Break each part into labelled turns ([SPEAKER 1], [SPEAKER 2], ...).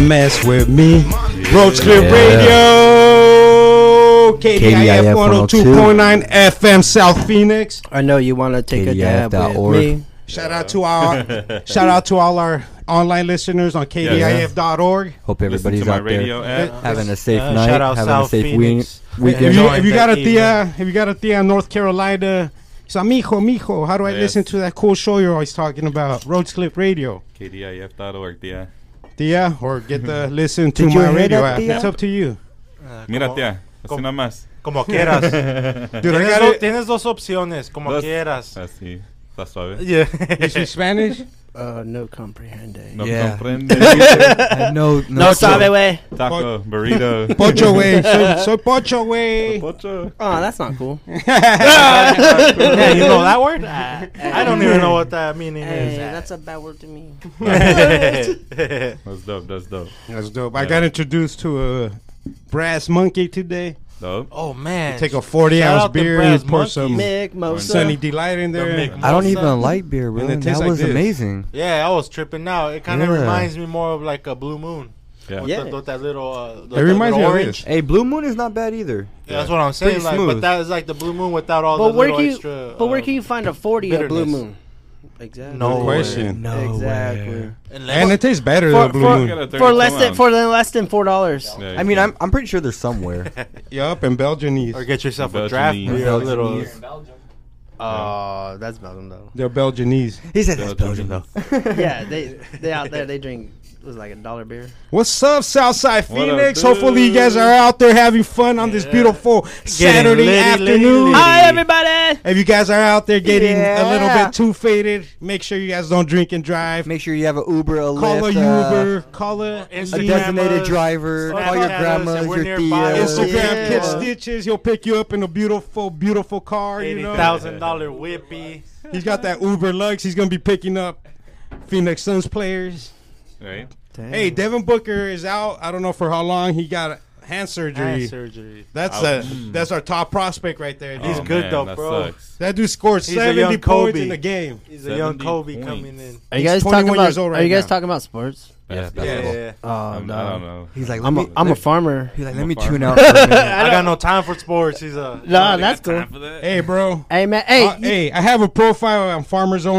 [SPEAKER 1] mess with me.
[SPEAKER 2] Roachcliff
[SPEAKER 1] Yeah.
[SPEAKER 2] Radio, KDIF
[SPEAKER 1] KDIF
[SPEAKER 2] 102.9 FM, South Phoenix.
[SPEAKER 3] I know you want to take a dab with
[SPEAKER 1] KDIF.org.
[SPEAKER 3] me.
[SPEAKER 2] Shout out to our shout out to all our online listeners on KDIF.org.
[SPEAKER 1] Hope everybody's
[SPEAKER 4] Listen to my
[SPEAKER 1] out there
[SPEAKER 4] radio
[SPEAKER 2] Eh.
[SPEAKER 4] app.
[SPEAKER 1] having a safe
[SPEAKER 5] Uh,
[SPEAKER 1] night,
[SPEAKER 5] shout out
[SPEAKER 1] having a
[SPEAKER 5] South
[SPEAKER 1] safe
[SPEAKER 5] Phoenix.
[SPEAKER 1] wee-
[SPEAKER 2] If
[SPEAKER 1] weekend.
[SPEAKER 2] you,
[SPEAKER 5] Enjoying
[SPEAKER 2] if you
[SPEAKER 5] that
[SPEAKER 2] got a
[SPEAKER 5] evening.
[SPEAKER 2] tia, if you got a tia in North Carolina, it's amigo, mijo. How do I
[SPEAKER 4] Yes.
[SPEAKER 2] listen to that cool show you're always talking about, Roachcliff Radio?
[SPEAKER 4] KDIF.org, yeah.
[SPEAKER 2] Tia, or get the listen to
[SPEAKER 3] Did you
[SPEAKER 2] my
[SPEAKER 3] hear
[SPEAKER 2] radio
[SPEAKER 3] that,
[SPEAKER 2] app.
[SPEAKER 3] tia?
[SPEAKER 2] It's up to you.
[SPEAKER 4] Mira,
[SPEAKER 5] como,
[SPEAKER 4] tía, así
[SPEAKER 5] como-
[SPEAKER 4] nada más.
[SPEAKER 5] como quieras.
[SPEAKER 2] Dude, I
[SPEAKER 5] tienes,
[SPEAKER 2] got
[SPEAKER 5] do-
[SPEAKER 2] it.
[SPEAKER 5] tienes dos opciones, como
[SPEAKER 4] Dos.
[SPEAKER 5] quieras.
[SPEAKER 4] Así, está suave.
[SPEAKER 5] Yeah.
[SPEAKER 2] You speak Spanish?
[SPEAKER 3] Uh, no comprehende.
[SPEAKER 4] No
[SPEAKER 1] Yeah.
[SPEAKER 4] comprende. dice.
[SPEAKER 1] Uh, no, no,
[SPEAKER 3] No sabe, way.
[SPEAKER 4] Taco, burrito.
[SPEAKER 2] Pocho way. Soy, soy pocho way.
[SPEAKER 4] Pocho.
[SPEAKER 3] Oh, that's not cool.
[SPEAKER 4] Ah.
[SPEAKER 5] yeah, you know that word? Ah, I don't even know what that meaning
[SPEAKER 3] Hey,
[SPEAKER 5] is.
[SPEAKER 3] that's a bad word to me.
[SPEAKER 4] That's dope, that's dope.
[SPEAKER 2] That's dope. I got introduced to a brass monkey today.
[SPEAKER 4] Dope.
[SPEAKER 5] oh man.
[SPEAKER 2] Take a 40
[SPEAKER 5] Shout
[SPEAKER 2] ounce
[SPEAKER 5] out to
[SPEAKER 2] beer
[SPEAKER 5] Brass
[SPEAKER 2] and pour
[SPEAKER 5] Monkeys.
[SPEAKER 2] some
[SPEAKER 3] Mick
[SPEAKER 2] Sunny
[SPEAKER 3] Mosa.
[SPEAKER 2] Delight in there.
[SPEAKER 5] Mick-
[SPEAKER 1] I don't
[SPEAKER 5] What's
[SPEAKER 1] even
[SPEAKER 5] that?
[SPEAKER 1] like beer,
[SPEAKER 2] it
[SPEAKER 1] really. That
[SPEAKER 2] tastes like
[SPEAKER 1] was
[SPEAKER 2] this.
[SPEAKER 1] amazing.
[SPEAKER 5] Yeah, I was tripping out. It kind of
[SPEAKER 1] Yeah.
[SPEAKER 5] reminds me more of like a blue moon.
[SPEAKER 4] Yeah.
[SPEAKER 5] With,
[SPEAKER 3] Yeah.
[SPEAKER 5] the- with that little. Uh, the,
[SPEAKER 2] It reminds me
[SPEAKER 5] little
[SPEAKER 2] of
[SPEAKER 5] orange.
[SPEAKER 2] this.
[SPEAKER 1] Hey, Blue Moon is not bad either.
[SPEAKER 5] Yeah, that's what I'm saying.
[SPEAKER 1] Pretty
[SPEAKER 5] Like, but
[SPEAKER 1] smooth.
[SPEAKER 5] that is like the blue moon without all
[SPEAKER 3] But
[SPEAKER 5] the
[SPEAKER 3] where
[SPEAKER 5] little
[SPEAKER 3] can you?
[SPEAKER 5] extra.
[SPEAKER 3] But where
[SPEAKER 5] uh,
[SPEAKER 3] can you find a forty at Blue
[SPEAKER 5] bitterness.
[SPEAKER 3] Moon? Exactly.
[SPEAKER 5] No
[SPEAKER 2] question.
[SPEAKER 1] No
[SPEAKER 3] Exactly.
[SPEAKER 5] unless-
[SPEAKER 2] And it tastes better
[SPEAKER 3] For-
[SPEAKER 2] than Blue
[SPEAKER 3] for-
[SPEAKER 2] Moon.
[SPEAKER 4] Got a
[SPEAKER 3] For less than
[SPEAKER 4] 32
[SPEAKER 3] for the less than four dollars.
[SPEAKER 4] ounce. Yeah,
[SPEAKER 1] I mean, I'm I'm pretty sure there's somewhere.
[SPEAKER 2] Yup, and Belgianese.
[SPEAKER 5] or get yourself a
[SPEAKER 4] Belgian
[SPEAKER 5] draft
[SPEAKER 4] knees.
[SPEAKER 5] beer, a
[SPEAKER 1] Belgian
[SPEAKER 5] little.
[SPEAKER 1] knees.
[SPEAKER 3] Uh,
[SPEAKER 5] Oh, that's Belgium though.
[SPEAKER 2] They're Belgianese.
[SPEAKER 1] he said
[SPEAKER 4] Yeah,
[SPEAKER 1] that's Belgium though.
[SPEAKER 3] yeah, they they out there they drink it was like a dollar beer.
[SPEAKER 2] What's up, Southside
[SPEAKER 4] What up,
[SPEAKER 2] Phoenix?
[SPEAKER 4] dude?
[SPEAKER 2] Hopefully, you guys are out there having fun on this beautiful Saturday
[SPEAKER 5] litty,
[SPEAKER 2] afternoon.
[SPEAKER 5] litty, litty. Hi,
[SPEAKER 3] everybody.
[SPEAKER 2] If you guys are out there getting a little
[SPEAKER 1] Yeah.
[SPEAKER 2] bit too faded, make sure you guys don't drink and drive.
[SPEAKER 1] Make sure you have an Uber, a
[SPEAKER 2] call a
[SPEAKER 1] Lyft, uh,
[SPEAKER 2] Uber, call a
[SPEAKER 1] a
[SPEAKER 5] Instagram
[SPEAKER 2] Instagram,
[SPEAKER 1] designated
[SPEAKER 5] Grandmas,
[SPEAKER 1] driver,
[SPEAKER 5] Snapchat
[SPEAKER 1] call your
[SPEAKER 5] us,
[SPEAKER 1] grandmas,
[SPEAKER 5] and we're
[SPEAKER 1] your
[SPEAKER 5] nearby.
[SPEAKER 1] tias.
[SPEAKER 2] Instagram
[SPEAKER 3] Yeah.
[SPEAKER 2] Kid Stitches. He'll pick you up in a beautiful, beautiful car. You
[SPEAKER 5] Eighty
[SPEAKER 2] know,
[SPEAKER 5] thousand dollar whippy.
[SPEAKER 2] he's got that Uber Lux. He's gonna be picking up Phoenix Suns players.
[SPEAKER 4] Right?
[SPEAKER 2] Hey, Devin Booker is out. I don't know for how long. He got hand surgery.
[SPEAKER 5] Hand surgery.
[SPEAKER 2] That's
[SPEAKER 4] Ouch.
[SPEAKER 2] a, that's our top prospect right there. dude.
[SPEAKER 5] He's
[SPEAKER 4] Oh,
[SPEAKER 5] good
[SPEAKER 4] man,
[SPEAKER 5] though,
[SPEAKER 4] that
[SPEAKER 5] bro.
[SPEAKER 4] sucks.
[SPEAKER 2] That dude scored
[SPEAKER 5] He's a
[SPEAKER 2] 70
[SPEAKER 5] young
[SPEAKER 2] points
[SPEAKER 5] Kobe.
[SPEAKER 2] in a game.
[SPEAKER 5] He's a young
[SPEAKER 4] 70
[SPEAKER 5] Kobe
[SPEAKER 4] points.
[SPEAKER 5] coming in.
[SPEAKER 3] Are you
[SPEAKER 2] He's 21
[SPEAKER 3] guys talking about?
[SPEAKER 2] years old
[SPEAKER 3] are
[SPEAKER 2] right
[SPEAKER 3] you guys
[SPEAKER 2] now.
[SPEAKER 3] talking about sports?
[SPEAKER 4] That's
[SPEAKER 2] Yeah.
[SPEAKER 4] dope.
[SPEAKER 5] Yeah.
[SPEAKER 3] Oh
[SPEAKER 4] I'm-
[SPEAKER 3] no,
[SPEAKER 4] I don't know.
[SPEAKER 1] He's like, let
[SPEAKER 3] I'm
[SPEAKER 1] me,
[SPEAKER 3] a, I'm a farmer.
[SPEAKER 1] he's like,
[SPEAKER 4] I'm
[SPEAKER 1] let
[SPEAKER 4] a
[SPEAKER 1] me
[SPEAKER 4] farmer.
[SPEAKER 1] tune out. For a minute.
[SPEAKER 5] I got no time for sports. He's a
[SPEAKER 3] No, that's cool.
[SPEAKER 2] Hey, bro.
[SPEAKER 3] Hey man, hey,
[SPEAKER 2] Uh, hey, I have a profile on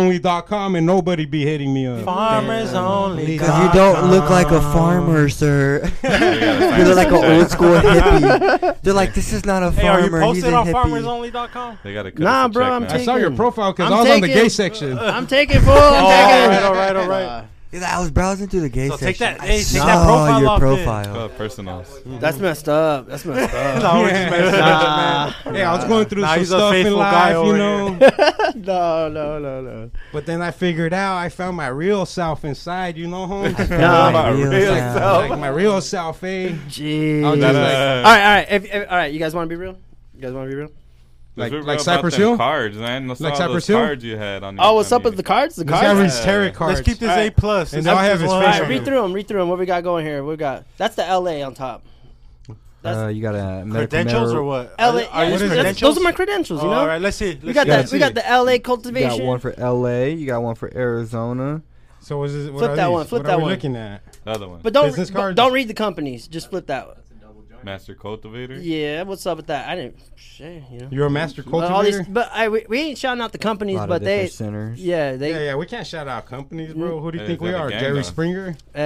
[SPEAKER 2] farmersonly.com and nobody be hitting me up.
[SPEAKER 5] farmers only.
[SPEAKER 1] Because you don't look like a farmer, sir. you
[SPEAKER 4] They're
[SPEAKER 1] look like an old school hippie. They're like, this is not a
[SPEAKER 5] Hey, are you
[SPEAKER 1] farmer. he's a
[SPEAKER 5] posted on
[SPEAKER 1] hippie.
[SPEAKER 5] farmersonly.com?
[SPEAKER 4] They gotta cut
[SPEAKER 3] Nah,
[SPEAKER 4] us a
[SPEAKER 3] bro,
[SPEAKER 4] check
[SPEAKER 3] I'm
[SPEAKER 4] now.
[SPEAKER 2] I saw your profile because
[SPEAKER 3] I'm
[SPEAKER 2] I was on the
[SPEAKER 3] taking-
[SPEAKER 2] gay section.
[SPEAKER 3] I'm taking fool. I'm
[SPEAKER 5] Oh, all
[SPEAKER 3] taking.
[SPEAKER 5] right, all right, all right.
[SPEAKER 1] He's like, I was browsing through the gay
[SPEAKER 5] So take
[SPEAKER 1] section.
[SPEAKER 5] that-
[SPEAKER 1] I
[SPEAKER 5] hey, take that
[SPEAKER 1] saw
[SPEAKER 5] profile
[SPEAKER 1] your
[SPEAKER 5] off then.
[SPEAKER 1] profile.
[SPEAKER 4] Oh, personals.
[SPEAKER 3] That's messed up. That's messed up.
[SPEAKER 5] No, we're just messing with you, man.
[SPEAKER 2] Hey, I was going through
[SPEAKER 5] Nah,
[SPEAKER 2] some
[SPEAKER 5] he's a
[SPEAKER 2] stuff in
[SPEAKER 5] faithful guy
[SPEAKER 2] life, you
[SPEAKER 5] over
[SPEAKER 2] know.
[SPEAKER 3] no, no, no, no.
[SPEAKER 2] but then I figured out I found my real self inside, you know, homes.
[SPEAKER 3] No.
[SPEAKER 1] My
[SPEAKER 4] real
[SPEAKER 1] real
[SPEAKER 4] self.
[SPEAKER 1] self.
[SPEAKER 2] like my real self, eh?
[SPEAKER 3] Jeez.
[SPEAKER 2] I was
[SPEAKER 4] That,
[SPEAKER 2] just like,
[SPEAKER 4] uh,
[SPEAKER 3] all right, all right. If, if, all right, you guys want to be real? You guys want to be real?
[SPEAKER 2] Like-
[SPEAKER 4] Let's be real
[SPEAKER 2] like
[SPEAKER 4] about
[SPEAKER 2] Cypress
[SPEAKER 4] them
[SPEAKER 2] Hill?
[SPEAKER 4] Cards, man. Let's
[SPEAKER 2] Like
[SPEAKER 4] all those
[SPEAKER 2] Cypress Hill?
[SPEAKER 4] Cards you had on.
[SPEAKER 3] Oh, what's
[SPEAKER 4] on
[SPEAKER 3] up with the cards? The
[SPEAKER 2] this guy
[SPEAKER 3] cards.
[SPEAKER 2] reads tarot cards.
[SPEAKER 5] Let's keep this A
[SPEAKER 3] Alright.
[SPEAKER 5] plus.
[SPEAKER 2] And now I have his
[SPEAKER 3] All
[SPEAKER 2] face
[SPEAKER 3] right,
[SPEAKER 2] on
[SPEAKER 3] read through them. Read through them. What we got going here? What we got? That's the LA on top. That's
[SPEAKER 1] Uh, you got a medical
[SPEAKER 5] Credentials
[SPEAKER 1] marijuana-
[SPEAKER 5] or what?
[SPEAKER 3] LA.
[SPEAKER 5] Are
[SPEAKER 3] yeah,
[SPEAKER 5] these
[SPEAKER 3] that's-
[SPEAKER 5] credentials?
[SPEAKER 3] those are my credentials. You know.
[SPEAKER 5] All right, let's see.
[SPEAKER 3] We
[SPEAKER 5] Let's
[SPEAKER 3] got
[SPEAKER 2] Yeah,
[SPEAKER 5] see.
[SPEAKER 3] the
[SPEAKER 2] that's
[SPEAKER 3] we
[SPEAKER 2] it.
[SPEAKER 3] got the LA
[SPEAKER 1] You got
[SPEAKER 3] cultivation.
[SPEAKER 1] one for LA. You got one for Arizona.
[SPEAKER 2] So what is it? What
[SPEAKER 3] Flip
[SPEAKER 2] are
[SPEAKER 3] that
[SPEAKER 2] these?
[SPEAKER 3] one, flip
[SPEAKER 2] what
[SPEAKER 3] that
[SPEAKER 2] are we
[SPEAKER 3] one.
[SPEAKER 2] looking at?
[SPEAKER 4] The other one.
[SPEAKER 3] but don't
[SPEAKER 2] business
[SPEAKER 3] but
[SPEAKER 2] cards?
[SPEAKER 3] don't read the companies. Just flip that. one.
[SPEAKER 4] Master cultivator.
[SPEAKER 3] Yeah, what's up with that? I didn't. Shit, you know.
[SPEAKER 2] You're a master
[SPEAKER 3] But all these,
[SPEAKER 2] cultivator.
[SPEAKER 3] but I we, we ain't shouting out the
[SPEAKER 1] A
[SPEAKER 3] companies,
[SPEAKER 1] lot
[SPEAKER 3] but
[SPEAKER 1] of
[SPEAKER 3] they.
[SPEAKER 1] different centers.
[SPEAKER 3] Yeah,
[SPEAKER 2] Yeah,
[SPEAKER 3] they.
[SPEAKER 2] yeah, we can't shout out companies, bro. Who do you
[SPEAKER 4] Hey,
[SPEAKER 2] think
[SPEAKER 4] is that
[SPEAKER 2] we
[SPEAKER 4] the
[SPEAKER 2] are?
[SPEAKER 4] gang
[SPEAKER 2] Jerry
[SPEAKER 4] though?
[SPEAKER 2] Springer.
[SPEAKER 3] Uh,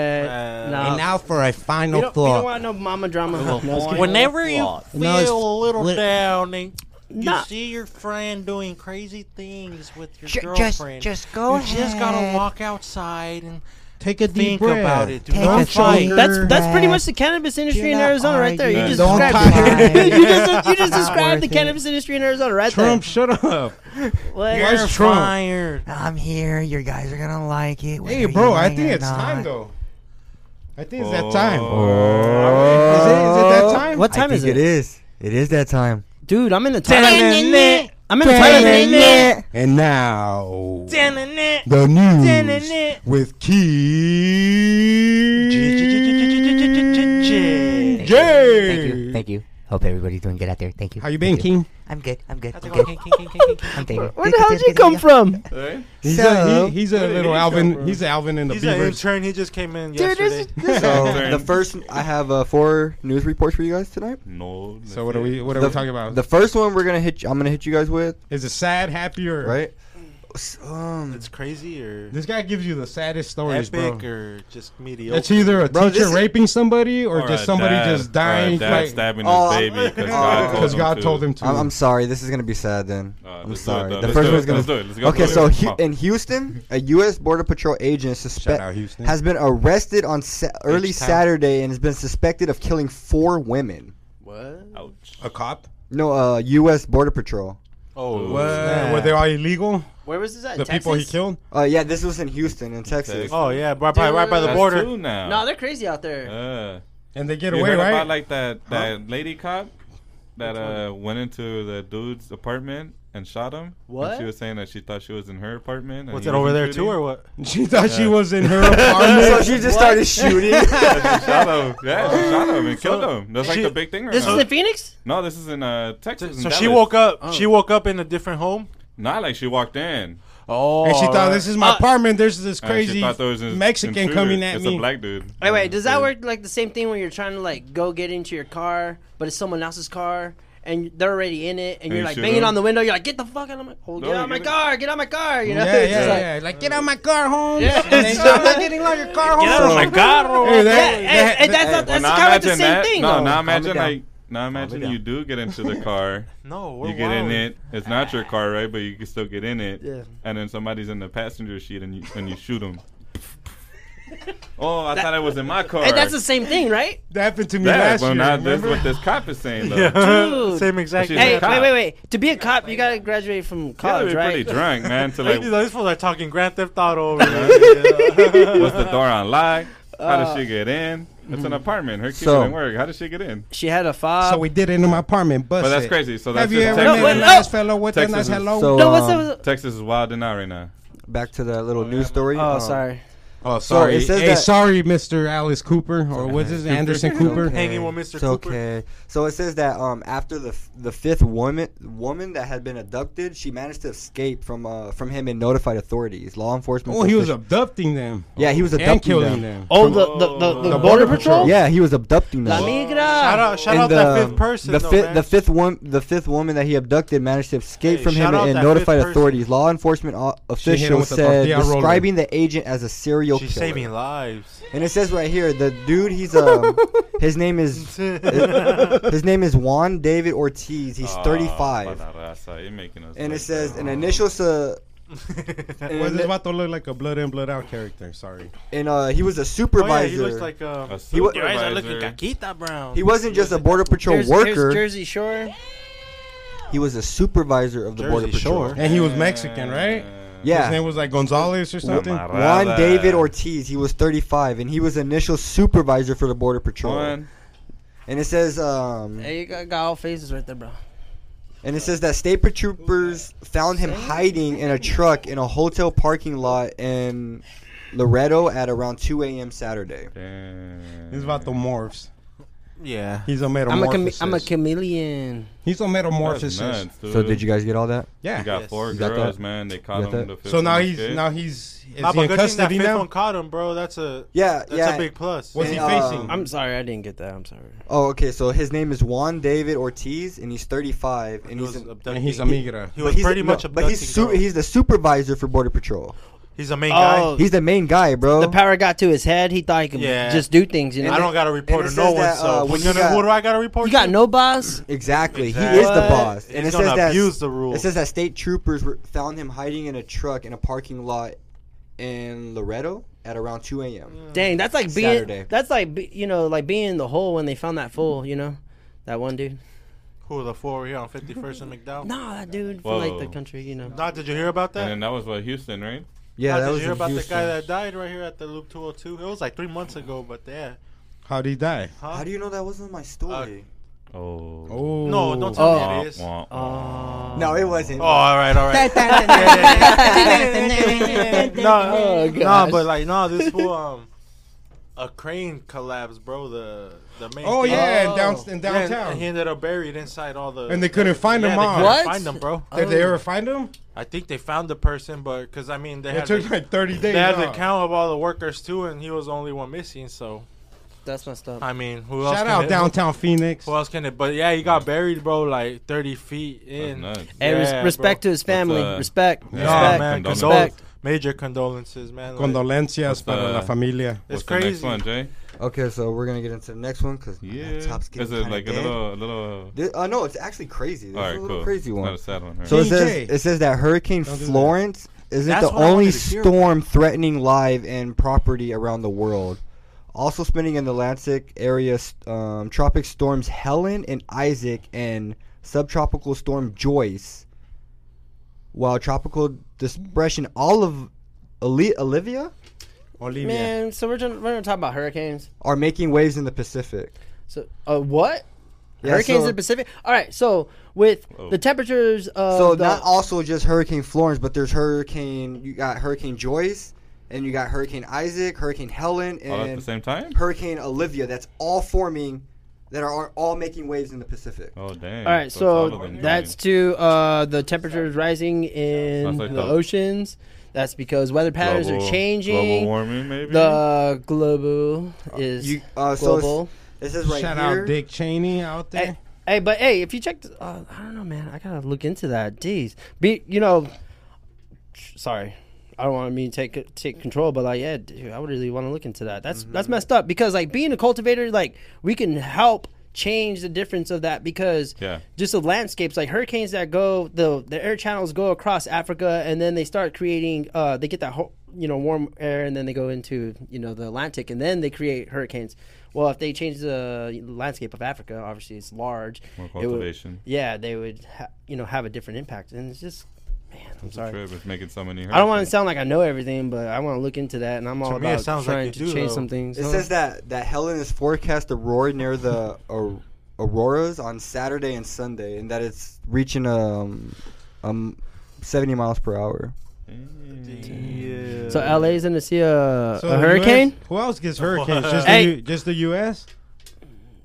[SPEAKER 3] nah.
[SPEAKER 2] now for a
[SPEAKER 3] we,
[SPEAKER 2] final
[SPEAKER 3] don't, we don't want no mama drama. No, just kidding.
[SPEAKER 5] Whenever you
[SPEAKER 2] No, it's-
[SPEAKER 5] feel a little
[SPEAKER 2] lit-
[SPEAKER 5] down and you
[SPEAKER 3] Nah.
[SPEAKER 5] see your friend doing crazy things with your
[SPEAKER 6] Ju- just,
[SPEAKER 5] girlfriend,
[SPEAKER 6] just go
[SPEAKER 5] you
[SPEAKER 6] ahead.
[SPEAKER 5] just gotta walk outside and
[SPEAKER 2] Take a deep
[SPEAKER 5] think
[SPEAKER 2] breath.
[SPEAKER 5] about it. Do
[SPEAKER 6] Take
[SPEAKER 5] not
[SPEAKER 6] a
[SPEAKER 5] fight.
[SPEAKER 6] deep
[SPEAKER 3] That's that's pretty much the cannabis industry in
[SPEAKER 6] not
[SPEAKER 3] Arizona right there. You
[SPEAKER 6] argue.
[SPEAKER 3] just
[SPEAKER 2] Don't
[SPEAKER 3] described it.
[SPEAKER 6] fight.
[SPEAKER 3] you just you just
[SPEAKER 6] Not
[SPEAKER 3] described the
[SPEAKER 6] worth it.
[SPEAKER 3] cannabis industry in Arizona right
[SPEAKER 2] Trump, shut up.
[SPEAKER 3] there. What?
[SPEAKER 2] You're-
[SPEAKER 5] You're
[SPEAKER 2] Trump.
[SPEAKER 5] fired.
[SPEAKER 6] I'm here. You guys are gonna like it.
[SPEAKER 2] Hey,
[SPEAKER 6] whether
[SPEAKER 2] bro,
[SPEAKER 6] you
[SPEAKER 2] I
[SPEAKER 6] like
[SPEAKER 2] think
[SPEAKER 6] it or
[SPEAKER 2] it's
[SPEAKER 6] not.
[SPEAKER 2] time though. I think it's
[SPEAKER 4] Oh.
[SPEAKER 2] that time.
[SPEAKER 1] Oh.
[SPEAKER 2] Is it- is it that time?
[SPEAKER 3] What time
[SPEAKER 1] I
[SPEAKER 3] is
[SPEAKER 1] think
[SPEAKER 3] it?
[SPEAKER 1] It is. It is that time.
[SPEAKER 3] Dude, I'm in the toilet. I'm in the toilet.
[SPEAKER 1] Hey,
[SPEAKER 2] And now the news with Key
[SPEAKER 5] J- j- j- j- j- j- j- j- j-
[SPEAKER 2] J.
[SPEAKER 3] Thank you.
[SPEAKER 6] Hope everybody's doing good out there. Thank you.
[SPEAKER 2] How you been,
[SPEAKER 6] Thank you.
[SPEAKER 2] King?
[SPEAKER 6] I'm good. I'm good. I'm
[SPEAKER 5] King,
[SPEAKER 6] good.
[SPEAKER 5] king, king, king, king.
[SPEAKER 6] I'm David.
[SPEAKER 3] Where the hell did you come from?
[SPEAKER 4] Hey?
[SPEAKER 2] He's
[SPEAKER 6] So-
[SPEAKER 1] Uh-huh.
[SPEAKER 2] a, he, he's a
[SPEAKER 4] Where did
[SPEAKER 2] little
[SPEAKER 4] he come
[SPEAKER 2] Alvin.
[SPEAKER 4] from?
[SPEAKER 2] He's Alvin in the
[SPEAKER 5] He's an
[SPEAKER 2] Beavers.
[SPEAKER 5] intern. He just came in
[SPEAKER 3] Dude, this
[SPEAKER 5] yesterday.
[SPEAKER 3] is, this is
[SPEAKER 4] Turn.
[SPEAKER 1] So the first, I have uh, four news reports for you guys tonight.
[SPEAKER 4] No. that's
[SPEAKER 2] So what are
[SPEAKER 4] it.
[SPEAKER 2] we? What are
[SPEAKER 1] the,
[SPEAKER 2] we talking about?
[SPEAKER 1] The first one we're gonna hit. You, I'm gonna hit you guys with
[SPEAKER 2] is it sad, happy, or
[SPEAKER 1] right. S- Um,
[SPEAKER 5] It's crazy or
[SPEAKER 2] This guy gives you the saddest stories,
[SPEAKER 5] epic
[SPEAKER 2] bro.
[SPEAKER 5] or just mediocre.
[SPEAKER 2] It's either a
[SPEAKER 1] Bro,
[SPEAKER 2] teacher
[SPEAKER 1] this is-
[SPEAKER 2] raping somebody or
[SPEAKER 4] Or
[SPEAKER 2] just
[SPEAKER 4] a
[SPEAKER 2] somebody
[SPEAKER 4] dad-
[SPEAKER 2] just
[SPEAKER 4] Or
[SPEAKER 2] dying
[SPEAKER 4] a dad
[SPEAKER 2] like-
[SPEAKER 4] stabbing
[SPEAKER 1] Oh,
[SPEAKER 4] his baby because
[SPEAKER 1] oh,
[SPEAKER 4] God, told,
[SPEAKER 2] because
[SPEAKER 4] him
[SPEAKER 2] God
[SPEAKER 4] to.
[SPEAKER 2] told him to.
[SPEAKER 1] I'm, I'm sorry. This is gonna be sad. Then
[SPEAKER 4] Uh,
[SPEAKER 1] I'm
[SPEAKER 4] let's do it,
[SPEAKER 1] sorry.
[SPEAKER 4] though.
[SPEAKER 1] the
[SPEAKER 4] Let's
[SPEAKER 1] first
[SPEAKER 4] do it.
[SPEAKER 1] one's gonna.
[SPEAKER 4] Let's do it. Let's go
[SPEAKER 1] okay,
[SPEAKER 4] through
[SPEAKER 1] so
[SPEAKER 4] it.
[SPEAKER 1] Hu-
[SPEAKER 4] Come on.
[SPEAKER 1] in Houston, a U.S. Border Patrol agent
[SPEAKER 2] Shout
[SPEAKER 1] suspect
[SPEAKER 2] out Houston.
[SPEAKER 1] has been arrested on sa- early
[SPEAKER 5] H-Town.
[SPEAKER 1] Saturday and has been suspected of killing four women.
[SPEAKER 3] what?
[SPEAKER 4] Ouch.
[SPEAKER 2] a cop?
[SPEAKER 1] No, uh, U.S. Border Patrol.
[SPEAKER 4] Oh,
[SPEAKER 2] Yeah, were they all illegal?
[SPEAKER 3] Where was this at?
[SPEAKER 2] The
[SPEAKER 3] Texas?
[SPEAKER 2] people he killed?
[SPEAKER 1] Uh, yeah, this was in Houston, in Texas.
[SPEAKER 5] Oh yeah, right by, right by the
[SPEAKER 4] That's
[SPEAKER 5] border.
[SPEAKER 4] two now.
[SPEAKER 3] No, they're crazy out there.
[SPEAKER 4] Uh,
[SPEAKER 2] And they get
[SPEAKER 4] you
[SPEAKER 2] away,
[SPEAKER 4] heard
[SPEAKER 2] right?
[SPEAKER 4] about like that that lady cop that uh went into the dude's apartment and shot him. And
[SPEAKER 3] What?
[SPEAKER 4] she was saying that she thought she was in her apartment. and
[SPEAKER 5] What's
[SPEAKER 4] he
[SPEAKER 5] it
[SPEAKER 4] was
[SPEAKER 5] over
[SPEAKER 4] in
[SPEAKER 5] there
[SPEAKER 4] shooting.
[SPEAKER 5] too or what?
[SPEAKER 2] she thought she
[SPEAKER 4] Yeah.
[SPEAKER 2] was in her apartment.
[SPEAKER 1] so she just started shooting.
[SPEAKER 4] Yeah, she shot him. Yeah, she shot him and killed him. That's like
[SPEAKER 5] She-
[SPEAKER 4] the big thing right
[SPEAKER 3] this
[SPEAKER 2] uh,
[SPEAKER 4] now.
[SPEAKER 3] is in Phoenix?
[SPEAKER 4] no, this is in uh Texas. in
[SPEAKER 5] So she
[SPEAKER 4] Dallas.
[SPEAKER 5] woke up. She woke up in a different home.
[SPEAKER 4] Not like she walked in.
[SPEAKER 5] Oh,
[SPEAKER 2] and she thought, this is my
[SPEAKER 3] Uh,
[SPEAKER 2] apartment. There's this
[SPEAKER 4] Uh, she
[SPEAKER 2] crazy
[SPEAKER 4] thought there was an
[SPEAKER 2] Mexican
[SPEAKER 4] intruder.
[SPEAKER 2] coming at
[SPEAKER 4] it's
[SPEAKER 2] me.
[SPEAKER 4] a black dude.
[SPEAKER 3] Wait, wait. Does that work like the same thing when you're trying to like go get into your car, but it's someone else's car and they're already in it, and,
[SPEAKER 4] you
[SPEAKER 3] you're like
[SPEAKER 4] shoot
[SPEAKER 3] banging
[SPEAKER 4] them?
[SPEAKER 3] on the window? You're like, get the fuck out of my, oh,
[SPEAKER 4] No,
[SPEAKER 3] get out of my
[SPEAKER 4] get it.
[SPEAKER 3] car, get out of my car. You know?
[SPEAKER 2] yeah,
[SPEAKER 3] It's
[SPEAKER 2] yeah,
[SPEAKER 3] like-
[SPEAKER 2] yeah. Like, get out my car, home.
[SPEAKER 3] Yeah.
[SPEAKER 2] And they, I'm not getting out of your car, home.
[SPEAKER 5] Get out of my car.
[SPEAKER 2] Hey,
[SPEAKER 5] Roy.
[SPEAKER 2] that-
[SPEAKER 3] Yeah, and, and that's, not,
[SPEAKER 4] Well,
[SPEAKER 3] that's
[SPEAKER 4] now
[SPEAKER 3] kind of like the
[SPEAKER 4] imagine
[SPEAKER 3] same
[SPEAKER 4] that.
[SPEAKER 3] thing.
[SPEAKER 4] No,
[SPEAKER 3] though.
[SPEAKER 4] now
[SPEAKER 1] it
[SPEAKER 4] imagine
[SPEAKER 1] down.
[SPEAKER 4] like now imagine
[SPEAKER 1] down.
[SPEAKER 4] you do get into the car.
[SPEAKER 5] No, we're
[SPEAKER 4] You get in
[SPEAKER 5] wild.
[SPEAKER 4] it. It's not your car, right? But you can still get in it.
[SPEAKER 3] Yeah.
[SPEAKER 4] And then somebody's in the passenger seat, and you and you shoot them. oh, I thought it was in my car.
[SPEAKER 3] Hey, that's the same thing, right?
[SPEAKER 2] That happened to me
[SPEAKER 4] yeah,
[SPEAKER 2] last
[SPEAKER 4] but
[SPEAKER 2] year.
[SPEAKER 4] not this
[SPEAKER 2] remember?
[SPEAKER 4] what this cop is saying though.
[SPEAKER 3] Dude.
[SPEAKER 5] Same exact.
[SPEAKER 4] She's
[SPEAKER 3] Hey,
[SPEAKER 4] a cop.
[SPEAKER 3] wait, wait, wait. To be a cop, you gotta graduate from
[SPEAKER 4] You gotta
[SPEAKER 3] college,
[SPEAKER 4] be
[SPEAKER 3] right?
[SPEAKER 4] pretty drunk, man. To
[SPEAKER 5] Like,
[SPEAKER 4] like,
[SPEAKER 5] these these fools are talking Grand Theft Auto over there.
[SPEAKER 4] was the door unlocked? How did she get in? It's an apartment. Her key
[SPEAKER 1] So-
[SPEAKER 4] didn't work. How did she get in?
[SPEAKER 3] She had a five.
[SPEAKER 2] So we did it in my apartment. Bust
[SPEAKER 4] But that's
[SPEAKER 2] it.
[SPEAKER 4] crazy. So that's
[SPEAKER 2] Have you ever
[SPEAKER 4] just Texas.
[SPEAKER 3] No,
[SPEAKER 2] met
[SPEAKER 3] but
[SPEAKER 2] a
[SPEAKER 3] no.
[SPEAKER 2] nice fellow with a
[SPEAKER 4] Texas
[SPEAKER 2] nice
[SPEAKER 4] is-
[SPEAKER 2] hello?
[SPEAKER 1] So,
[SPEAKER 3] no, what's
[SPEAKER 1] um,
[SPEAKER 3] up?
[SPEAKER 4] Texas is wilding out right now.
[SPEAKER 1] back to the little news story.
[SPEAKER 3] Oh,
[SPEAKER 1] um,
[SPEAKER 3] sorry.
[SPEAKER 2] oh,
[SPEAKER 1] sorry. it says
[SPEAKER 2] hey,
[SPEAKER 1] that-
[SPEAKER 2] sorry, Mr. Alice Cooper. Or was this Anderson Cooper?
[SPEAKER 5] Okay. Hanging with Mr.
[SPEAKER 1] It's
[SPEAKER 5] Cooper.
[SPEAKER 1] okay. So it says that um after the f- the fifth woman woman that had been abducted, she managed to escape from uh from him and notified authorities. Law enforcement.
[SPEAKER 2] Oh, he was
[SPEAKER 1] official-
[SPEAKER 2] abducting them.
[SPEAKER 1] yeah, he was
[SPEAKER 2] And
[SPEAKER 1] abducting
[SPEAKER 2] killing
[SPEAKER 1] them.
[SPEAKER 2] them.
[SPEAKER 3] Oh, the the the, the,
[SPEAKER 2] The
[SPEAKER 3] border,
[SPEAKER 2] Border
[SPEAKER 3] patrol.
[SPEAKER 2] Patrol?
[SPEAKER 1] Yeah, he was abducting them.
[SPEAKER 3] La migra.
[SPEAKER 5] shout out, shout
[SPEAKER 1] And
[SPEAKER 5] out that fifth person.
[SPEAKER 1] The
[SPEAKER 5] though,
[SPEAKER 1] fifth,
[SPEAKER 5] man.
[SPEAKER 1] the fifth one, the fifth woman that he abducted managed to escape
[SPEAKER 5] Hey,
[SPEAKER 1] from
[SPEAKER 5] shout
[SPEAKER 1] him
[SPEAKER 5] out
[SPEAKER 1] and
[SPEAKER 5] that
[SPEAKER 1] authorities.
[SPEAKER 5] fifth
[SPEAKER 1] authorities. Law enforcement o-
[SPEAKER 2] She hit him
[SPEAKER 1] officials
[SPEAKER 2] with a
[SPEAKER 1] said
[SPEAKER 2] tortilla roller.
[SPEAKER 1] describing the agent as a serial
[SPEAKER 5] She's
[SPEAKER 1] killer.
[SPEAKER 5] saving lives.
[SPEAKER 1] And it says right here, the dude, he's um, his name is his name is Juan David Ortiz. He's
[SPEAKER 4] Ah,
[SPEAKER 1] 35,
[SPEAKER 4] padarasa, you're making us
[SPEAKER 1] and it
[SPEAKER 4] look
[SPEAKER 1] says an
[SPEAKER 4] dumb.
[SPEAKER 1] initial su-
[SPEAKER 2] Well,
[SPEAKER 1] and,
[SPEAKER 2] this about to look like a blood in, blood out character. Sorry.
[SPEAKER 1] and, uh, he was a
[SPEAKER 5] Oh, yeah, he
[SPEAKER 1] supervisor.
[SPEAKER 5] looks like um,
[SPEAKER 4] A
[SPEAKER 1] wa-
[SPEAKER 5] Your eyes are looking
[SPEAKER 4] supervisor.
[SPEAKER 5] Caquita Brown.
[SPEAKER 1] he wasn't just a border patrol
[SPEAKER 3] Here's- here's
[SPEAKER 1] worker.
[SPEAKER 3] Jersey Shore.
[SPEAKER 1] he was a supervisor of the border
[SPEAKER 5] Jersey
[SPEAKER 1] patrol.
[SPEAKER 5] Shore.
[SPEAKER 2] And he was Mexican, right? His
[SPEAKER 1] Yeah,
[SPEAKER 2] name was like Gonzalez or something.
[SPEAKER 4] Camarada.
[SPEAKER 1] Juan David Ortiz. He was 35, and he was initial supervisor for the border patrol.
[SPEAKER 4] One.
[SPEAKER 1] And it says, um,
[SPEAKER 3] Hey, you got, got all faces right there, bro.
[SPEAKER 1] and it says that state troopers found him hiding in a truck in a hotel parking lot in Laredo at around 2 a.m. Saturday.
[SPEAKER 4] Damn.
[SPEAKER 2] He's about the morphs.
[SPEAKER 5] Yeah.
[SPEAKER 2] He's a
[SPEAKER 3] I'm a chame-
[SPEAKER 2] metamorphosis.
[SPEAKER 3] I'm a chameleon.
[SPEAKER 2] He's a metamorphosis.
[SPEAKER 4] That's nuts, dude.
[SPEAKER 1] So did you guys get all that?
[SPEAKER 4] You
[SPEAKER 2] Yeah.
[SPEAKER 4] got
[SPEAKER 5] Yes.
[SPEAKER 4] four
[SPEAKER 1] You got
[SPEAKER 4] girls,
[SPEAKER 1] that?
[SPEAKER 4] man. They caught
[SPEAKER 1] got
[SPEAKER 4] him.
[SPEAKER 1] that?
[SPEAKER 4] The fifth
[SPEAKER 2] So now
[SPEAKER 4] one
[SPEAKER 2] he's
[SPEAKER 4] escaped.
[SPEAKER 2] now he's is
[SPEAKER 5] Ah,
[SPEAKER 2] he in
[SPEAKER 5] but good thing that
[SPEAKER 2] custody
[SPEAKER 5] fifth
[SPEAKER 2] now?
[SPEAKER 5] one caught him, bro. That's a
[SPEAKER 1] Yeah,
[SPEAKER 5] that's
[SPEAKER 1] yeah.
[SPEAKER 5] a big plus.
[SPEAKER 2] What's he
[SPEAKER 1] And, uh,
[SPEAKER 2] facing?
[SPEAKER 3] I'm sorry, I didn't get that. I'm sorry.
[SPEAKER 1] Oh, okay. So his name is Juan David Ortiz, and he's 35, and
[SPEAKER 5] he was
[SPEAKER 1] he's. An,
[SPEAKER 2] and he's a
[SPEAKER 5] abducting-
[SPEAKER 2] migra.
[SPEAKER 5] He
[SPEAKER 1] but
[SPEAKER 5] was
[SPEAKER 1] he's-
[SPEAKER 5] pretty
[SPEAKER 1] no,
[SPEAKER 5] much
[SPEAKER 1] But he's
[SPEAKER 5] abducting
[SPEAKER 1] su-
[SPEAKER 5] girls.
[SPEAKER 1] he's the supervisor for border patrol.
[SPEAKER 5] He's a main guy.
[SPEAKER 3] Oh.
[SPEAKER 1] He's the main guy, bro.
[SPEAKER 3] The power got to his head. He thought he could
[SPEAKER 5] Yeah.
[SPEAKER 3] just do things. You know,
[SPEAKER 5] I don't got to report
[SPEAKER 1] and it
[SPEAKER 5] to no
[SPEAKER 1] says
[SPEAKER 5] one.
[SPEAKER 1] that, uh,
[SPEAKER 5] So
[SPEAKER 1] when
[SPEAKER 5] who's
[SPEAKER 1] you
[SPEAKER 5] gonna-
[SPEAKER 1] got-
[SPEAKER 5] who do I got to report?
[SPEAKER 3] You got
[SPEAKER 5] to?
[SPEAKER 3] no boss.
[SPEAKER 1] Exactly.
[SPEAKER 5] Exactly.
[SPEAKER 1] He is the
[SPEAKER 3] What?
[SPEAKER 1] boss.
[SPEAKER 5] He's gonna
[SPEAKER 1] that-
[SPEAKER 5] abuse the rule.
[SPEAKER 1] It says that state troopers were- found him hiding in a truck in a parking lot in Loretto at around 2 a.m.
[SPEAKER 3] Dang, that's like being.
[SPEAKER 1] Saturday.
[SPEAKER 3] That's like be, you know, like being in the hole when they found that fool. You know, that one dude.
[SPEAKER 5] Who are the four over here on 51st and McDowell?
[SPEAKER 3] No, that dude from
[SPEAKER 4] Whoa.
[SPEAKER 3] like the country. You know.
[SPEAKER 5] Nah, did you hear about
[SPEAKER 4] And then
[SPEAKER 5] that?
[SPEAKER 4] that was what Houston, right?
[SPEAKER 1] Yeah,
[SPEAKER 5] Nah,
[SPEAKER 1] that
[SPEAKER 5] did
[SPEAKER 1] was
[SPEAKER 5] you hear
[SPEAKER 1] in
[SPEAKER 5] about the
[SPEAKER 1] Houston.
[SPEAKER 5] guy that died right here at the Loop 202? It was like three months ago, but yeah.
[SPEAKER 2] How'd he die?
[SPEAKER 5] Huh?
[SPEAKER 1] How do you know that wasn't my story?
[SPEAKER 4] Oh.
[SPEAKER 2] Oh,
[SPEAKER 5] Ah, No, don't tell
[SPEAKER 3] Oh.
[SPEAKER 5] me it is. Oh,
[SPEAKER 4] Wah, wah.
[SPEAKER 3] Oh.
[SPEAKER 1] no, it wasn't.
[SPEAKER 5] all right, all right. no,
[SPEAKER 3] Oh,
[SPEAKER 5] no,
[SPEAKER 3] gosh.
[SPEAKER 5] but like, no, this fool. Um, a crane collapsed, bro. The the main.
[SPEAKER 2] Oh
[SPEAKER 5] thing.
[SPEAKER 2] yeah,
[SPEAKER 3] Oh.
[SPEAKER 2] and down in
[SPEAKER 5] Yeah, and-
[SPEAKER 2] downtown.
[SPEAKER 5] And he ended up buried inside all the.
[SPEAKER 2] And they couldn't find
[SPEAKER 5] yeah,
[SPEAKER 2] him,
[SPEAKER 5] They
[SPEAKER 2] huh?
[SPEAKER 5] couldn't Oh.
[SPEAKER 3] What?
[SPEAKER 5] Find him, bro.
[SPEAKER 2] Did they ever find him?
[SPEAKER 5] I think they found the person, but because I mean they
[SPEAKER 2] It
[SPEAKER 5] had
[SPEAKER 2] took
[SPEAKER 5] the,
[SPEAKER 2] like 30
[SPEAKER 5] they
[SPEAKER 2] days.
[SPEAKER 5] had the
[SPEAKER 2] huh?
[SPEAKER 5] count of all the workers too, and he was the only one missing. So
[SPEAKER 3] That's messed up.
[SPEAKER 5] I mean, who else?
[SPEAKER 2] Shout
[SPEAKER 5] can
[SPEAKER 2] out
[SPEAKER 5] it-
[SPEAKER 2] downtown Phoenix.
[SPEAKER 5] Who else can it? But yeah, he got buried, bro, like 30 feet
[SPEAKER 4] That's
[SPEAKER 5] in.
[SPEAKER 4] nuts.
[SPEAKER 3] And res-
[SPEAKER 5] Yeah,
[SPEAKER 3] respect
[SPEAKER 5] bro.
[SPEAKER 3] to his family.
[SPEAKER 4] uh,
[SPEAKER 3] respect.
[SPEAKER 4] yeah.
[SPEAKER 5] No,
[SPEAKER 3] Respect.
[SPEAKER 5] man,
[SPEAKER 4] Condolences.
[SPEAKER 5] condol-
[SPEAKER 3] Respect.
[SPEAKER 5] major condolences, man. Like,
[SPEAKER 2] Condolencias para
[SPEAKER 4] uh,
[SPEAKER 2] la familia.
[SPEAKER 5] It's
[SPEAKER 4] What's the next
[SPEAKER 5] crazy.
[SPEAKER 4] one, Jay?
[SPEAKER 1] Okay, so we're gonna get into the next one because
[SPEAKER 4] Yeah.
[SPEAKER 1] top's
[SPEAKER 4] Is
[SPEAKER 1] getting
[SPEAKER 4] it
[SPEAKER 1] kinda
[SPEAKER 4] like a
[SPEAKER 1] dead.
[SPEAKER 4] little, a little?
[SPEAKER 1] This, uh, no, it's actually crazy. This
[SPEAKER 4] all
[SPEAKER 1] is
[SPEAKER 4] right,
[SPEAKER 1] a
[SPEAKER 4] cool.
[SPEAKER 1] little crazy
[SPEAKER 4] It's
[SPEAKER 1] one.
[SPEAKER 4] Not a sad one. all
[SPEAKER 1] So it
[SPEAKER 4] right.
[SPEAKER 1] says
[SPEAKER 2] TJ.
[SPEAKER 1] it says that Hurricane
[SPEAKER 2] Don't do that.
[SPEAKER 1] Florence isn't
[SPEAKER 5] That's
[SPEAKER 1] the
[SPEAKER 5] what I wanted
[SPEAKER 1] only
[SPEAKER 5] to hear.
[SPEAKER 1] storm threatening live and property around the world. Also spinning in the Atlantic area, um, tropic storms Helen and Isaac and subtropical storm Joyce. While tropical depression Olive, Oli- Olivia
[SPEAKER 2] Olivia.
[SPEAKER 3] Man, so we're gonna, we're gonna talk about hurricanes.
[SPEAKER 1] are making waves in the Pacific.
[SPEAKER 3] So, uh, what?
[SPEAKER 1] Yeah,
[SPEAKER 3] hurricanes
[SPEAKER 1] so-
[SPEAKER 3] in the Pacific. All right. So with
[SPEAKER 4] Whoa.
[SPEAKER 3] the temperatures of
[SPEAKER 1] So
[SPEAKER 3] the-
[SPEAKER 1] not also just Hurricane Florence, but there's Hurricane. You got Hurricane Joyce, and you got Hurricane Isaac, Hurricane Helen,
[SPEAKER 4] all at
[SPEAKER 1] and
[SPEAKER 4] the same time.
[SPEAKER 1] Hurricane Olivia. That's all forming, that are all making waves in the Pacific.
[SPEAKER 4] Oh dang!
[SPEAKER 3] all right,
[SPEAKER 4] it's
[SPEAKER 3] so,
[SPEAKER 4] all of them joining.
[SPEAKER 3] that's to uh, the temperatures rising in
[SPEAKER 4] Sounds like
[SPEAKER 3] the
[SPEAKER 4] the-
[SPEAKER 3] oceans. That's because weather patterns
[SPEAKER 4] Global-
[SPEAKER 3] are
[SPEAKER 4] Global
[SPEAKER 3] changing.
[SPEAKER 4] warming, maybe.
[SPEAKER 3] The global is
[SPEAKER 1] You- uh, so
[SPEAKER 3] global.
[SPEAKER 1] This is right
[SPEAKER 2] Shout
[SPEAKER 1] here.
[SPEAKER 2] out Dick Cheney out there.
[SPEAKER 3] hey, hey, but hey, if you check, th- uh, I don't know, man. I gotta look into that. Jeez, be you know, sorry, I don't want me to take take control, but like, yeah, dude, I would really want to look into that. That's that's messed up because like being a cultivator, like we can help change the difference of that because
[SPEAKER 4] Yeah.
[SPEAKER 3] just the landscapes like hurricanes that go the the air channels go across Africa and then they start creating uh they get that whole you know warm air and then they go into you know the Atlantic and then they create hurricanes. Well, if they change the landscape of Africa, obviously it's large.
[SPEAKER 4] More
[SPEAKER 3] it would-
[SPEAKER 4] cultivation.
[SPEAKER 3] yeah, they would ha- you know have a different impact and it's just man, I'm
[SPEAKER 4] Sorry.
[SPEAKER 3] sorry.
[SPEAKER 4] Trip is making so many.
[SPEAKER 3] I don't want to sound like I know everything, but I want to look into that and I'm all
[SPEAKER 5] To me, it
[SPEAKER 3] about
[SPEAKER 5] sounds like
[SPEAKER 3] trying
[SPEAKER 5] you
[SPEAKER 3] to
[SPEAKER 5] do,
[SPEAKER 3] change
[SPEAKER 5] though.
[SPEAKER 3] some things.
[SPEAKER 1] It
[SPEAKER 3] huh?
[SPEAKER 1] says that that Helen is forecast to roar near the aur- auroras on Saturday and Sunday, and that it's reaching um um. 70 miles per hour.
[SPEAKER 5] Yeah.
[SPEAKER 3] so LA's going to see a,
[SPEAKER 2] So
[SPEAKER 3] a
[SPEAKER 2] the
[SPEAKER 3] hurricane?
[SPEAKER 2] US who else gets hurricanes? Just,
[SPEAKER 3] Hey.
[SPEAKER 2] the U, just the U.S.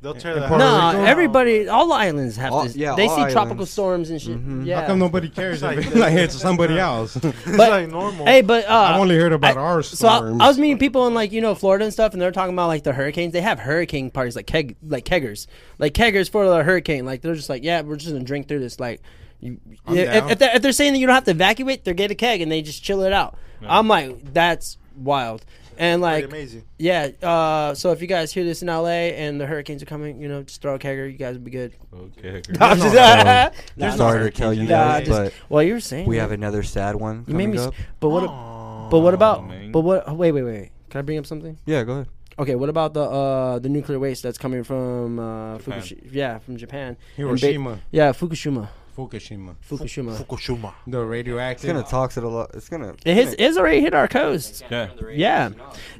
[SPEAKER 5] They'll tear the
[SPEAKER 2] Puerto
[SPEAKER 3] No,
[SPEAKER 5] house down.
[SPEAKER 3] everybody, all islands have
[SPEAKER 1] All-
[SPEAKER 3] to.
[SPEAKER 1] yeah,
[SPEAKER 3] they see
[SPEAKER 1] all
[SPEAKER 3] tropical
[SPEAKER 1] islands.
[SPEAKER 3] storms and shit.
[SPEAKER 5] Mm-hmm.
[SPEAKER 1] Mhm.
[SPEAKER 3] Yeah.
[SPEAKER 2] How come nobody cares?
[SPEAKER 5] Like
[SPEAKER 2] Like,
[SPEAKER 5] this.
[SPEAKER 2] like it's somebody else.
[SPEAKER 5] It's
[SPEAKER 3] But-
[SPEAKER 5] like normal.
[SPEAKER 3] hey, but uh,
[SPEAKER 2] I've only heard about
[SPEAKER 3] I-
[SPEAKER 2] our
[SPEAKER 3] so I,
[SPEAKER 2] storms.
[SPEAKER 3] I was meeting people in like you know Florida and stuff, and they're talking about like the hurricanes. They have hurricane parties, like keg, like keggers, like keggers for the hurricane. Like they're just like, yeah, we're just gonna drink through this. Like, you,
[SPEAKER 2] I'm
[SPEAKER 3] yeah, if,
[SPEAKER 2] down.
[SPEAKER 3] if, they're, if they're saying that you don't have to evacuate, they get a keg and they just chill it out. I'm like, that's wild. And
[SPEAKER 5] Pretty
[SPEAKER 3] like,
[SPEAKER 5] amazing.
[SPEAKER 3] yeah. Uh, so if you guys hear this in LA and the hurricanes are coming, you know, just throw a kegger. You guys would be good.
[SPEAKER 4] Okay.
[SPEAKER 3] I'm
[SPEAKER 1] no,
[SPEAKER 3] just-
[SPEAKER 1] no.
[SPEAKER 3] Nah,
[SPEAKER 5] There's no
[SPEAKER 1] Sorry to
[SPEAKER 5] hurricane
[SPEAKER 1] tell you
[SPEAKER 5] in
[SPEAKER 3] LA.
[SPEAKER 1] guys,
[SPEAKER 3] Nah,
[SPEAKER 1] but
[SPEAKER 3] Well, you were saying
[SPEAKER 1] we
[SPEAKER 3] that.
[SPEAKER 1] have another sad one
[SPEAKER 3] You made
[SPEAKER 1] coming
[SPEAKER 3] me. s-
[SPEAKER 1] up.
[SPEAKER 3] But what? a-
[SPEAKER 5] Aw.
[SPEAKER 3] But what about?
[SPEAKER 4] man.
[SPEAKER 3] But what? Wait, wait, wait. Can I bring up something?
[SPEAKER 1] Yeah, go ahead.
[SPEAKER 3] Okay, what about the uh, the nuclear waste that's coming from uh,
[SPEAKER 4] Japan.
[SPEAKER 3] Fukushima? Yeah, from Japan. And
[SPEAKER 2] Hiroshima,
[SPEAKER 3] ba- yeah, Fukushima.
[SPEAKER 2] Fukushima,
[SPEAKER 3] Fukushima.
[SPEAKER 5] Fukushima.
[SPEAKER 2] the radioactive.
[SPEAKER 1] It's gonna toxic it a lot. It's gonna.
[SPEAKER 3] It has, it's already hit our coast.
[SPEAKER 4] Yeah.
[SPEAKER 3] Yeah,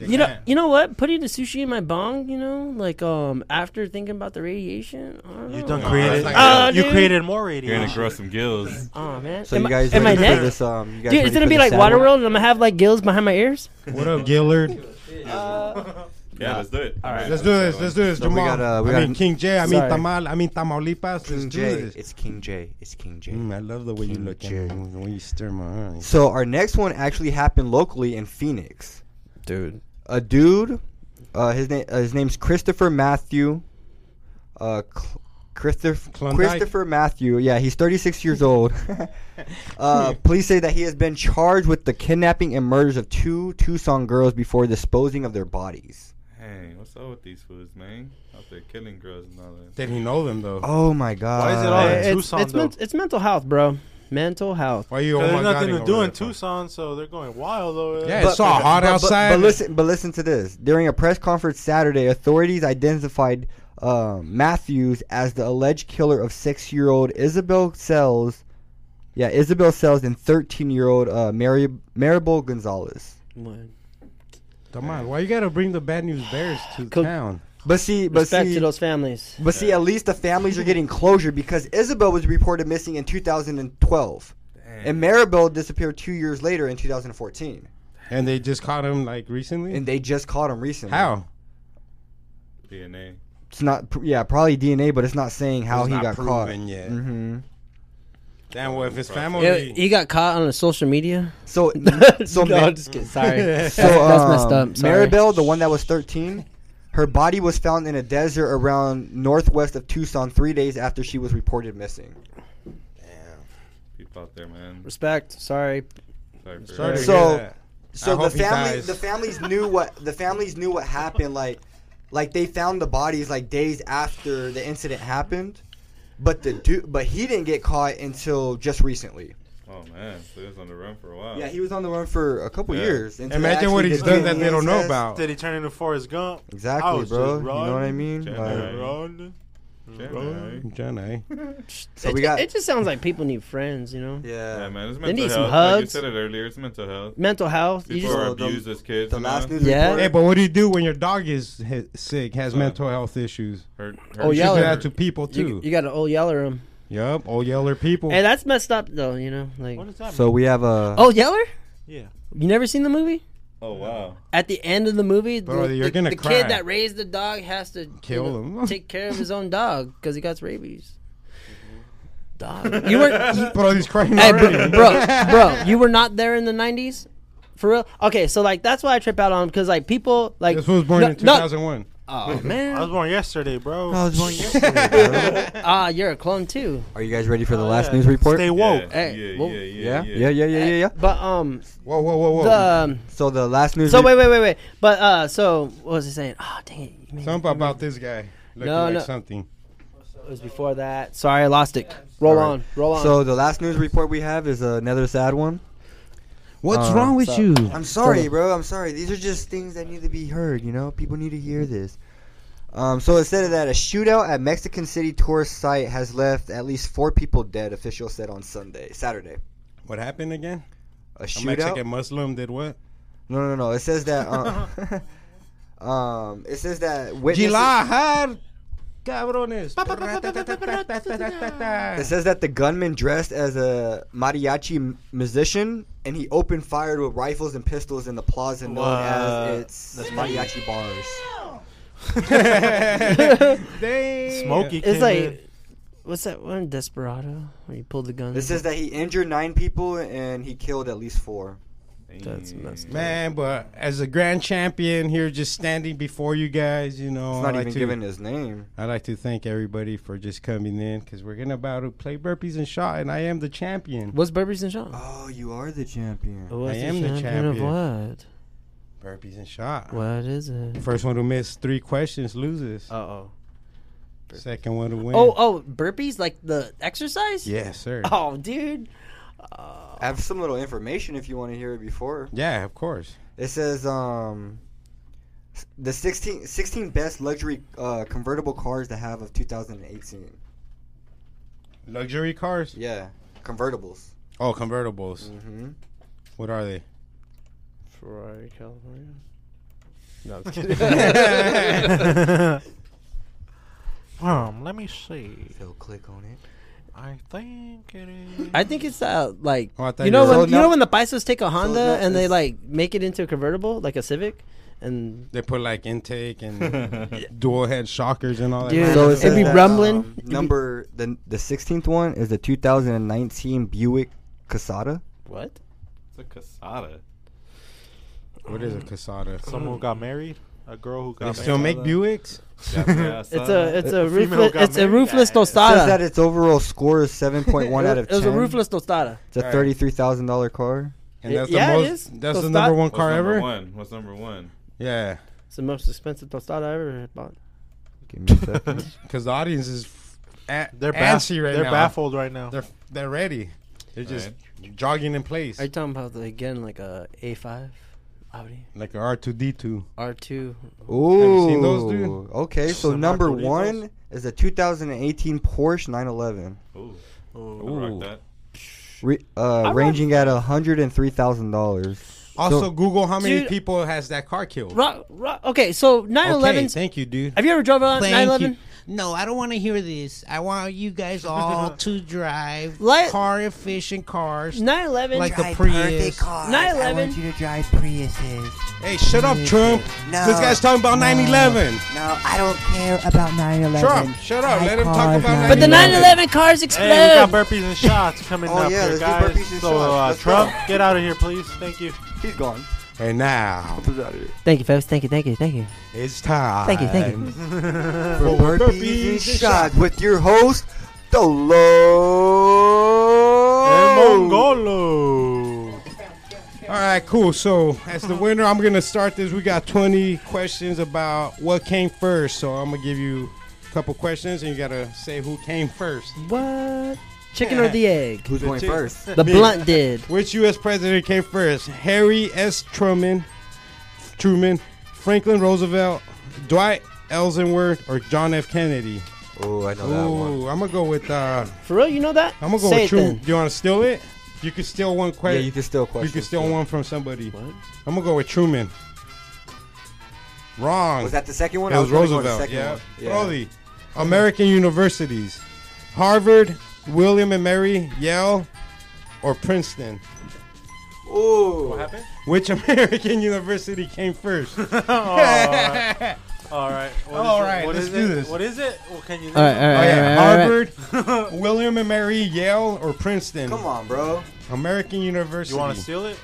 [SPEAKER 3] you know,
[SPEAKER 2] can't.
[SPEAKER 3] you know what? Putting the sushi in my bong, you know, like um, after thinking about the radiation, I don't
[SPEAKER 5] You
[SPEAKER 3] know.
[SPEAKER 5] done
[SPEAKER 4] Oh,
[SPEAKER 5] created.
[SPEAKER 2] that's
[SPEAKER 3] not good.
[SPEAKER 5] you
[SPEAKER 3] Oh, dude.
[SPEAKER 5] created more
[SPEAKER 4] You're gonna
[SPEAKER 5] radiation.
[SPEAKER 4] grow some gills.
[SPEAKER 3] Oh man,
[SPEAKER 1] So
[SPEAKER 3] Am
[SPEAKER 1] you
[SPEAKER 3] I-
[SPEAKER 1] guys
[SPEAKER 3] am I
[SPEAKER 1] ready for
[SPEAKER 3] dead?
[SPEAKER 1] this? Um, you guys
[SPEAKER 3] Dude,
[SPEAKER 1] ready
[SPEAKER 3] it's gonna
[SPEAKER 1] for
[SPEAKER 3] be
[SPEAKER 1] this
[SPEAKER 3] like
[SPEAKER 1] sad
[SPEAKER 3] Waterworld,
[SPEAKER 1] one?
[SPEAKER 3] and I'm gonna have like gills behind my ears.
[SPEAKER 2] What up, Gillard?
[SPEAKER 4] Yeah, let's do it. All right.
[SPEAKER 2] Let's do this. Let's do this.
[SPEAKER 1] we
[SPEAKER 2] Jamal.
[SPEAKER 1] got, uh, we
[SPEAKER 2] I
[SPEAKER 1] got
[SPEAKER 2] mean
[SPEAKER 1] an-
[SPEAKER 2] King J. I mean
[SPEAKER 3] Sorry.
[SPEAKER 2] Tamal. I mean Tamaulipas. Let's
[SPEAKER 1] King
[SPEAKER 2] do
[SPEAKER 1] J.
[SPEAKER 2] this.
[SPEAKER 1] It's King J. It's King J.
[SPEAKER 2] Mm, I love the way you look at me. The way you stir my eyes.
[SPEAKER 1] So our next one actually happened locally in Phoenix.
[SPEAKER 3] Dude,
[SPEAKER 1] A dude, uh, his name uh, his name's Christopher Matthew. Uh, Cl- Christopher
[SPEAKER 2] Klondike.
[SPEAKER 1] Christopher Matthew. Yeah, he's 36 years old. uh, police say that he has been charged with the kidnapping and murders of two Tucson girls before disposing of their bodies.
[SPEAKER 4] Hey, what's up with these foods, man? Out there killing girls and all that.
[SPEAKER 2] Did he know them though?
[SPEAKER 1] Oh my God!
[SPEAKER 5] Why is it all in
[SPEAKER 3] it's,
[SPEAKER 5] Tucson
[SPEAKER 3] it's,
[SPEAKER 5] though?
[SPEAKER 3] men- it's mental health, bro. Mental health.
[SPEAKER 2] Why you? Oh
[SPEAKER 5] There's
[SPEAKER 2] my God,
[SPEAKER 5] nothing
[SPEAKER 2] he
[SPEAKER 5] to
[SPEAKER 2] over
[SPEAKER 5] do in
[SPEAKER 2] there.
[SPEAKER 5] Tucson, so they're going wild over
[SPEAKER 2] Yeah,
[SPEAKER 5] there.
[SPEAKER 2] it's all hot
[SPEAKER 1] but, but-
[SPEAKER 2] outside.
[SPEAKER 1] But, listen, but listen to this. During a press conference Saturday, authorities identified uh, Matthews as the alleged killer of six-year-old Isabel Sells. Yeah, Isabel Sells and 13-year-old uh, Mary Maribel Gonzalez.
[SPEAKER 2] Tamal, why you gotta bring the bad news bears to
[SPEAKER 3] Co-
[SPEAKER 2] town?
[SPEAKER 1] But see, but
[SPEAKER 3] Respect
[SPEAKER 1] see,
[SPEAKER 3] to those families.
[SPEAKER 1] but see, at least the families are getting closure because Isabel was reported missing in 2012, and Maribel disappeared two years later in 2014,
[SPEAKER 2] And they just caught him like recently.
[SPEAKER 1] and they just caught him recently.
[SPEAKER 2] How?
[SPEAKER 4] DNA.
[SPEAKER 1] It's not, pr- yeah, probably DNA, but it's not saying how
[SPEAKER 2] It's
[SPEAKER 1] he
[SPEAKER 2] not
[SPEAKER 1] got caught.
[SPEAKER 2] proven yet.
[SPEAKER 1] hmm
[SPEAKER 2] Damn, well, if his family.
[SPEAKER 3] Yeah, he got caught on the social media.
[SPEAKER 1] So, so,
[SPEAKER 3] no,
[SPEAKER 1] Ma-
[SPEAKER 3] I'm just kidding. Sorry.
[SPEAKER 1] so
[SPEAKER 3] That's
[SPEAKER 1] um,
[SPEAKER 3] messed up. Sorry.
[SPEAKER 1] Maribel, the one that was 13, her body was found in a desert around northwest of Tucson three days after she was reported missing.
[SPEAKER 4] People out there, man.
[SPEAKER 3] Respect. Sorry.
[SPEAKER 4] Sorry for
[SPEAKER 2] Sorry to
[SPEAKER 4] that.
[SPEAKER 1] So-
[SPEAKER 2] hear that.
[SPEAKER 1] So the
[SPEAKER 2] hope he
[SPEAKER 1] family,
[SPEAKER 2] dies.
[SPEAKER 1] the families knew what the families knew what happened. Like, like they found the bodies like days after the incident happened, but the dude, but he didn't get caught until just recently.
[SPEAKER 4] Oh man, so he was on the run for a while.
[SPEAKER 1] Yeah, he was on the run for a couple
[SPEAKER 4] Yeah.
[SPEAKER 1] years. until they
[SPEAKER 2] Imagine what
[SPEAKER 1] actually
[SPEAKER 2] he's
[SPEAKER 1] did
[SPEAKER 2] done
[SPEAKER 1] the
[SPEAKER 2] that they don't know
[SPEAKER 1] test.
[SPEAKER 2] about.
[SPEAKER 5] Did he turn into Forrest Gump? I
[SPEAKER 1] Exactly,
[SPEAKER 5] was
[SPEAKER 1] bro.
[SPEAKER 5] just
[SPEAKER 1] You know what I
[SPEAKER 5] running,
[SPEAKER 1] mean?
[SPEAKER 4] Jedi.
[SPEAKER 1] Like,
[SPEAKER 5] Run,
[SPEAKER 4] Jedi.
[SPEAKER 2] Jenny.
[SPEAKER 1] so
[SPEAKER 3] it,
[SPEAKER 1] we got
[SPEAKER 3] it just sounds like people need friends, you know?
[SPEAKER 4] Yeah,
[SPEAKER 1] yeah.
[SPEAKER 4] man. It's
[SPEAKER 3] They
[SPEAKER 4] mental
[SPEAKER 3] need
[SPEAKER 4] health.
[SPEAKER 3] some
[SPEAKER 4] Like you
[SPEAKER 3] hugs.
[SPEAKER 4] said it earlier. It's mental health.
[SPEAKER 3] Mental health. You
[SPEAKER 4] People
[SPEAKER 3] just,
[SPEAKER 4] are
[SPEAKER 1] So the-
[SPEAKER 4] abused as kids.
[SPEAKER 1] The
[SPEAKER 4] and
[SPEAKER 1] last
[SPEAKER 4] that.
[SPEAKER 1] news
[SPEAKER 3] Yeah.
[SPEAKER 1] report.
[SPEAKER 2] Hey, but what do you do when your dog is hi- sick, has
[SPEAKER 4] Uh,
[SPEAKER 2] mental health issues?
[SPEAKER 4] Hurt, hurt
[SPEAKER 3] Oh,
[SPEAKER 2] You should
[SPEAKER 3] yeah,
[SPEAKER 2] do
[SPEAKER 3] Yeller.
[SPEAKER 2] that to people
[SPEAKER 3] you,
[SPEAKER 2] too.
[SPEAKER 3] you got to old yeller him.
[SPEAKER 2] Yup, old yeller people.
[SPEAKER 3] Hey, that's messed up, though, you know? Like,
[SPEAKER 5] What does that
[SPEAKER 1] So
[SPEAKER 5] mean?
[SPEAKER 1] we have a.
[SPEAKER 3] Oh, yeller?
[SPEAKER 5] Yeah.
[SPEAKER 3] You never seen the movie?
[SPEAKER 4] Oh wow.
[SPEAKER 3] At the end of the movie,
[SPEAKER 2] Bro,
[SPEAKER 3] the,
[SPEAKER 2] you're
[SPEAKER 3] the-
[SPEAKER 2] gonna
[SPEAKER 3] the
[SPEAKER 2] cry.
[SPEAKER 3] kid that raised the dog has to you
[SPEAKER 2] Kill
[SPEAKER 3] know,
[SPEAKER 2] him.
[SPEAKER 3] take care of his own dog because he got rabies. Dog, you were you-
[SPEAKER 2] Bro, he's crying
[SPEAKER 3] Hey, bro,
[SPEAKER 2] already.
[SPEAKER 3] bro, bro, you were not there in the '90s, for real. Okay, so like that's why I trip out on because like people like
[SPEAKER 2] This was born
[SPEAKER 3] No,
[SPEAKER 2] in
[SPEAKER 3] no.
[SPEAKER 2] 2001.
[SPEAKER 3] Oh
[SPEAKER 5] I was
[SPEAKER 3] man,
[SPEAKER 5] born yesterday, bro.
[SPEAKER 1] I was born yesterday, bro.
[SPEAKER 3] ah, you're a clone too.
[SPEAKER 1] Are you guys ready for the
[SPEAKER 5] Oh,
[SPEAKER 1] last
[SPEAKER 5] yeah.
[SPEAKER 1] news report?
[SPEAKER 5] Stay woke.
[SPEAKER 4] Yeah.
[SPEAKER 3] Hey,
[SPEAKER 4] yeah,
[SPEAKER 3] whoa.
[SPEAKER 4] yeah, yeah,
[SPEAKER 1] yeah, yeah, yeah, yeah, yeah, yeah.
[SPEAKER 3] But um,
[SPEAKER 2] Whoa, whoa, whoa, whoa.
[SPEAKER 3] the um,
[SPEAKER 1] So the last news.
[SPEAKER 3] so
[SPEAKER 1] re-
[SPEAKER 3] wait, wait, wait, wait. But uh, so what was I saying? Oh dang it, you made me-
[SPEAKER 2] Something about this guy looking
[SPEAKER 3] No,
[SPEAKER 2] like
[SPEAKER 3] no.
[SPEAKER 2] something.
[SPEAKER 3] it was before that. Sorry, I lost it. Roll
[SPEAKER 1] All right.
[SPEAKER 3] on, roll on.
[SPEAKER 1] So the last news report we have is another sad one.
[SPEAKER 2] What's
[SPEAKER 1] Uh,
[SPEAKER 2] wrong with
[SPEAKER 3] so-
[SPEAKER 2] you?
[SPEAKER 1] I'm sorry, bro. I'm sorry. These are just things that need to be heard. You know, people need to hear this. Um, so it said that a shootout at Mexican City tourist site has left at least four people dead. Officials said on Sunday, Saturday.
[SPEAKER 2] What happened again?
[SPEAKER 1] A
[SPEAKER 2] A
[SPEAKER 1] shootout?
[SPEAKER 2] Mexican Muslim did what?
[SPEAKER 1] No, no, no. It says that. Uh, um, it says that witnesses.
[SPEAKER 2] Jilajar, cabrones.
[SPEAKER 1] It says that the gunman dressed as a mariachi m- musician and he opened fire with rifles and pistols in the plaza known
[SPEAKER 5] What?
[SPEAKER 1] as its mariachi bars.
[SPEAKER 2] Damn.
[SPEAKER 5] Smokey.
[SPEAKER 3] It's
[SPEAKER 5] came in.
[SPEAKER 3] like, what's that one? Desperado, where you pulled the gun.
[SPEAKER 1] It says that he injured nine people and he killed at least four.
[SPEAKER 3] That's messed up.
[SPEAKER 2] Man, but as a grand champion here, just standing before you guys, you know,
[SPEAKER 1] It's
[SPEAKER 2] Oh, I
[SPEAKER 1] not
[SPEAKER 2] like
[SPEAKER 1] even
[SPEAKER 2] to,
[SPEAKER 1] given his name.
[SPEAKER 2] I'd like to thank everybody for just coming in because we're gonna about to play burpees and shot, and I am the champion.
[SPEAKER 3] What's Burberry's and Sean?
[SPEAKER 1] Oh, you are the champion.
[SPEAKER 3] What's
[SPEAKER 2] am the
[SPEAKER 3] Of
[SPEAKER 2] champion.
[SPEAKER 3] what?
[SPEAKER 2] Burpees and shot.
[SPEAKER 3] What is it?
[SPEAKER 2] First one to miss three questions loses.
[SPEAKER 3] Uh oh.
[SPEAKER 2] Second one to win.
[SPEAKER 3] Oh oh, burpees like the exercise?
[SPEAKER 2] yes, sir.
[SPEAKER 3] Oh dude.
[SPEAKER 1] I have some little information if you want to hear it before.
[SPEAKER 2] Yeah, of course.
[SPEAKER 1] It says um s- the 16, 16 best luxury uh, convertible cars to have of 2018.
[SPEAKER 2] Luxury cars.
[SPEAKER 1] Yeah, convertibles.
[SPEAKER 2] Oh, convertibles.
[SPEAKER 1] Mm-hmm.
[SPEAKER 2] What are they?
[SPEAKER 3] Ferrari California.
[SPEAKER 5] um, let me see.
[SPEAKER 1] They'll click on it.
[SPEAKER 5] I think it is.
[SPEAKER 3] I think it's uh like
[SPEAKER 2] Oh, I thought
[SPEAKER 3] you know
[SPEAKER 2] you were-
[SPEAKER 3] when
[SPEAKER 1] So
[SPEAKER 3] you
[SPEAKER 1] now-
[SPEAKER 3] know when the Paisos take a Honda
[SPEAKER 1] now
[SPEAKER 3] and they
[SPEAKER 1] it's-
[SPEAKER 3] like make it into a convertible like a Civic, and
[SPEAKER 2] They put like intake and dual head shockers and all that.
[SPEAKER 3] Dude.
[SPEAKER 2] kind
[SPEAKER 3] So
[SPEAKER 2] of
[SPEAKER 3] it
[SPEAKER 2] stuff.
[SPEAKER 3] it'd be
[SPEAKER 1] says that,
[SPEAKER 3] rumbling.
[SPEAKER 1] um,
[SPEAKER 3] It'd be-
[SPEAKER 1] number the the sixteenth one is the 2019 Buick Casada.
[SPEAKER 3] what?
[SPEAKER 4] It's a casada.
[SPEAKER 2] What is a Casada?
[SPEAKER 5] Someone got married. A girl who got
[SPEAKER 2] They
[SPEAKER 5] married.
[SPEAKER 2] still make Buicks?
[SPEAKER 3] It's a it's a
[SPEAKER 5] A female
[SPEAKER 3] roofless
[SPEAKER 5] got
[SPEAKER 3] it's a
[SPEAKER 5] married?
[SPEAKER 3] roofless
[SPEAKER 5] Yeah.
[SPEAKER 1] It says
[SPEAKER 3] tostada.
[SPEAKER 1] that its overall score is 7.1 out
[SPEAKER 3] Ah.
[SPEAKER 1] of
[SPEAKER 3] It
[SPEAKER 1] 10.
[SPEAKER 3] was a roofless tostada.
[SPEAKER 1] It's a
[SPEAKER 2] Alright.
[SPEAKER 1] thirty-three thousand dollar car.
[SPEAKER 2] And that's
[SPEAKER 3] Yeah, it
[SPEAKER 2] the most.
[SPEAKER 3] is.
[SPEAKER 2] That's
[SPEAKER 3] So
[SPEAKER 2] the
[SPEAKER 3] stop-
[SPEAKER 2] number one
[SPEAKER 4] What's
[SPEAKER 2] car
[SPEAKER 4] number
[SPEAKER 2] ever.
[SPEAKER 4] One? What's number one?
[SPEAKER 2] Yeah,
[SPEAKER 3] It's the most expensive tostada I ever bought.
[SPEAKER 1] Give me a second.
[SPEAKER 2] because the audience is a-
[SPEAKER 5] They're baffled.
[SPEAKER 2] antsy right
[SPEAKER 5] they're
[SPEAKER 2] now.
[SPEAKER 5] baffled right now.
[SPEAKER 2] They're they're ready. They're just jogging in place
[SPEAKER 3] Are you talking about the, again like a A five, Audi
[SPEAKER 2] like a R two D two.
[SPEAKER 3] R two?
[SPEAKER 1] Ooh.
[SPEAKER 2] seen those, dude?
[SPEAKER 1] Okay, so
[SPEAKER 5] Some
[SPEAKER 1] number
[SPEAKER 5] Margaritas?
[SPEAKER 1] one is a 2018 Porsche 911,
[SPEAKER 4] Ooh,
[SPEAKER 5] Ooh.
[SPEAKER 4] I'll rock
[SPEAKER 2] Ooh.
[SPEAKER 4] that.
[SPEAKER 1] re- uh, ranging at hundred and three thousand dollars.
[SPEAKER 2] Also, Google how many
[SPEAKER 3] Dude.
[SPEAKER 2] people has that car killed.
[SPEAKER 3] Rock, rock. Okay, so nine
[SPEAKER 2] Okay,
[SPEAKER 3] eleven.
[SPEAKER 2] thank you, dude.
[SPEAKER 3] Have you ever drove a nine eleven?
[SPEAKER 7] No, I don't want to hear this. I want you guys all to drive
[SPEAKER 3] Let-
[SPEAKER 7] car efficient cars.
[SPEAKER 3] 911.
[SPEAKER 7] Like the
[SPEAKER 6] Drive
[SPEAKER 7] Prius.
[SPEAKER 6] perfect cars. I
[SPEAKER 3] 911.
[SPEAKER 6] want you to drive Priuses.
[SPEAKER 2] Hey, shut up, Trump.
[SPEAKER 6] No.
[SPEAKER 2] This guy's talking about
[SPEAKER 6] No.
[SPEAKER 2] 9/11.
[SPEAKER 6] No, I don't care about 9/11.
[SPEAKER 2] Trump, shut up.
[SPEAKER 6] I
[SPEAKER 2] Let him talk
[SPEAKER 6] called
[SPEAKER 2] about
[SPEAKER 3] but the
[SPEAKER 2] 9/11.
[SPEAKER 3] 911 cars explode.
[SPEAKER 5] Hey, we got burpees and shots coming
[SPEAKER 1] Oh,
[SPEAKER 5] up
[SPEAKER 1] yeah,
[SPEAKER 5] here,
[SPEAKER 1] let's do burpees
[SPEAKER 5] guys.
[SPEAKER 1] and
[SPEAKER 5] So,
[SPEAKER 1] shots.
[SPEAKER 5] uh,
[SPEAKER 1] Let's
[SPEAKER 5] Trump, get out of here, please. Thank you.
[SPEAKER 1] He's gone.
[SPEAKER 2] And now
[SPEAKER 1] He's out of here.
[SPEAKER 3] thank you, folks. Thank you, thank you, thank you.
[SPEAKER 2] it's time.
[SPEAKER 3] Thank you, thank you.
[SPEAKER 1] For burpees and shots with your host, Dolo.
[SPEAKER 5] Mongolo.
[SPEAKER 2] All right, cool. So as the winner, I'm gonna start this. We got 20 questions about what came first. So I'm gonna give you a couple questions, and you gotta say who came first.
[SPEAKER 3] What? Chicken or the egg?
[SPEAKER 1] Who's going
[SPEAKER 2] chick-
[SPEAKER 1] first?
[SPEAKER 3] The blunt did.
[SPEAKER 2] Which U.S. president came first? Harry S. Truman, Truman, Franklin Roosevelt, Dwight Elsenworth, or John F. Kennedy?
[SPEAKER 1] Oh, I know that one.
[SPEAKER 2] Ooh, I'm gonna go with. Uh,
[SPEAKER 3] For real, you know that?
[SPEAKER 2] I'm gonna go
[SPEAKER 3] Say
[SPEAKER 2] with
[SPEAKER 3] it
[SPEAKER 2] Truman.
[SPEAKER 3] then.
[SPEAKER 2] Do you want to steal it? You can steal one
[SPEAKER 1] Yeah,
[SPEAKER 2] question.
[SPEAKER 1] you can still question.
[SPEAKER 2] you can steal one from somebody.
[SPEAKER 3] What?
[SPEAKER 2] I'm gonna go with Truman. Wrong.
[SPEAKER 1] Was that the second one?
[SPEAKER 2] It
[SPEAKER 1] I
[SPEAKER 2] was
[SPEAKER 1] gonna go with the
[SPEAKER 2] Roosevelt.
[SPEAKER 1] second
[SPEAKER 2] Yeah.
[SPEAKER 1] one.
[SPEAKER 2] Brody. American universities. Harvard, William and Mary, Yale, or Princeton.
[SPEAKER 1] Ooh.
[SPEAKER 5] What happened?
[SPEAKER 2] Which American university came first? Oh.
[SPEAKER 1] Oh,
[SPEAKER 5] all right. All right. What is
[SPEAKER 2] All
[SPEAKER 5] it?
[SPEAKER 2] right,
[SPEAKER 5] What
[SPEAKER 2] let's
[SPEAKER 5] is
[SPEAKER 2] do
[SPEAKER 5] it?
[SPEAKER 2] this.
[SPEAKER 5] What is it? Well, can you?
[SPEAKER 3] All
[SPEAKER 1] uh,
[SPEAKER 3] right, all right,
[SPEAKER 2] Oh, yeah.
[SPEAKER 3] all right, all right.
[SPEAKER 2] Harvard, William and Mary, Yale, or Princeton?
[SPEAKER 1] Come on, bro.
[SPEAKER 2] American University.
[SPEAKER 5] You want to steal it?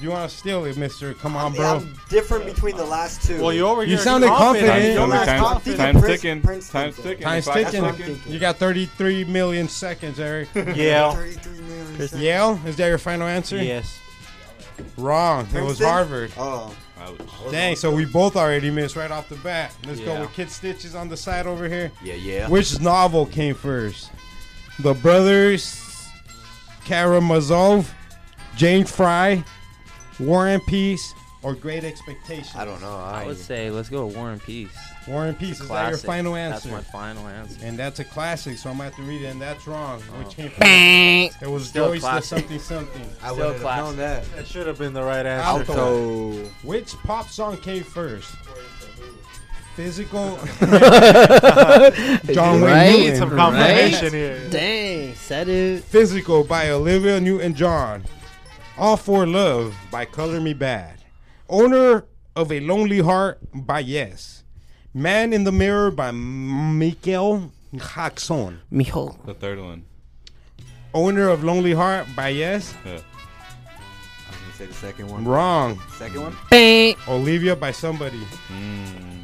[SPEAKER 2] You want to steal it, Mister? Come on,
[SPEAKER 1] I'm,
[SPEAKER 2] bro.
[SPEAKER 1] I'm different between the last two.
[SPEAKER 5] Well, you over
[SPEAKER 2] You
[SPEAKER 5] here.
[SPEAKER 2] sounded confident.
[SPEAKER 5] You're
[SPEAKER 2] Time's
[SPEAKER 5] not
[SPEAKER 1] coming.
[SPEAKER 5] confident.
[SPEAKER 1] Time's
[SPEAKER 4] Time's
[SPEAKER 1] Prince-
[SPEAKER 4] ticking.
[SPEAKER 1] Princeton.
[SPEAKER 4] Time's ticking.
[SPEAKER 2] Time's
[SPEAKER 4] If I-
[SPEAKER 1] That's
[SPEAKER 2] ticking.
[SPEAKER 1] what I'm thinking.
[SPEAKER 2] You got 33 million seconds, Eric.
[SPEAKER 5] Yeah.
[SPEAKER 1] 33 million seconds.
[SPEAKER 2] Yale? Is that your final answer?
[SPEAKER 5] Yes.
[SPEAKER 2] Wrong. It was
[SPEAKER 1] Princeton?
[SPEAKER 2] Harvard.
[SPEAKER 1] Oh.
[SPEAKER 4] Ouch.
[SPEAKER 2] Dang, so we both already missed right off the bat. Let's
[SPEAKER 5] Yeah.
[SPEAKER 2] go with Kid Stitches on the side over here.
[SPEAKER 1] Yeah, yeah.
[SPEAKER 2] Which novel came first? The Brothers Karamazov, Jane Fry, War and Peace, or Great Expectations?
[SPEAKER 8] I don't know. I,
[SPEAKER 9] I would say let's go with War and Peace.
[SPEAKER 2] War and Peace, is that your
[SPEAKER 9] Classic.
[SPEAKER 2] final answer?
[SPEAKER 9] That's my final answer. Oh.
[SPEAKER 2] and that's a classic, so I'm going to have to read it, and that's wrong. Which came
[SPEAKER 6] Bang.
[SPEAKER 2] first? It was
[SPEAKER 9] Still a
[SPEAKER 2] Joyce the
[SPEAKER 9] classic.
[SPEAKER 2] something something.
[SPEAKER 1] I
[SPEAKER 9] Still
[SPEAKER 1] would have known
[SPEAKER 9] classic.
[SPEAKER 1] that.
[SPEAKER 5] That should have been the right answer.
[SPEAKER 2] Alto.
[SPEAKER 1] So,
[SPEAKER 2] Which pop song came first? Physical. John Wayne
[SPEAKER 3] Right?
[SPEAKER 5] Need some
[SPEAKER 2] Newton.
[SPEAKER 5] confirmation here.
[SPEAKER 3] Dang, said it.
[SPEAKER 2] Physical by Olivia Newton John. All for Love by Color Me Bad. Owner of a Lonely Heart by Yes. Man in the Mirror by Mikel Jackson.
[SPEAKER 3] Mijo.
[SPEAKER 4] The third one.
[SPEAKER 2] Owner of Lonely Heart by Yes.
[SPEAKER 4] Yeah.
[SPEAKER 1] I'm going to say the second one.
[SPEAKER 2] Wrong.
[SPEAKER 1] Second one?
[SPEAKER 3] Bang.
[SPEAKER 2] Olivia by somebody.
[SPEAKER 4] Mm.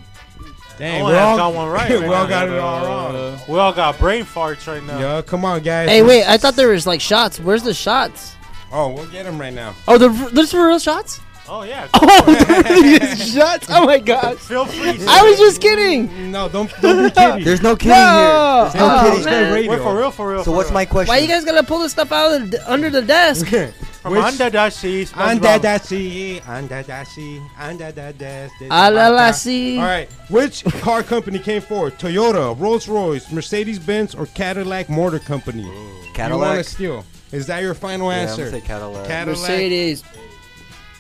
[SPEAKER 2] Dang,
[SPEAKER 5] Oh,
[SPEAKER 2] we
[SPEAKER 5] Hmm. I
[SPEAKER 2] all
[SPEAKER 5] got one right,
[SPEAKER 2] we
[SPEAKER 5] man.
[SPEAKER 2] all got it all wrong.
[SPEAKER 5] We all got brain farts right now.
[SPEAKER 2] Yo, come on, guys.
[SPEAKER 3] Hey, wait, I thought there was like shots. Where's the shots?
[SPEAKER 2] Oh, we'll get him right now.
[SPEAKER 3] Oh, the, those were real shots?
[SPEAKER 5] Oh yeah.
[SPEAKER 3] Oh, there really is shots? Oh my gosh.
[SPEAKER 5] Feel free.
[SPEAKER 3] I was just kidding.
[SPEAKER 2] No, don't don't be kidding.
[SPEAKER 1] There's no kidding
[SPEAKER 3] Whoa.
[SPEAKER 1] here. There's no
[SPEAKER 3] Oh,
[SPEAKER 1] kidding.
[SPEAKER 3] man.
[SPEAKER 2] radio.
[SPEAKER 5] We're for real. For real. for
[SPEAKER 1] So what's
[SPEAKER 5] real.
[SPEAKER 1] my question?
[SPEAKER 3] Why you guys gotta pull this stuff out of the, under the desk?
[SPEAKER 5] from
[SPEAKER 2] Which-
[SPEAKER 5] under the sea? SpongeBob.
[SPEAKER 2] Under the sea, under the sea, under the desk.
[SPEAKER 3] A Ah, la la see.
[SPEAKER 2] All right, which car company came forward? Toyota, Rolls Royce, Mercedes Benz, or Cadillac Motor Company? You want
[SPEAKER 1] Cadillac?
[SPEAKER 2] to steal? Is that your final
[SPEAKER 1] Yeah, I'm
[SPEAKER 2] answer?
[SPEAKER 1] gonna say Cadillac.
[SPEAKER 2] Cadillac,
[SPEAKER 3] Mercedes.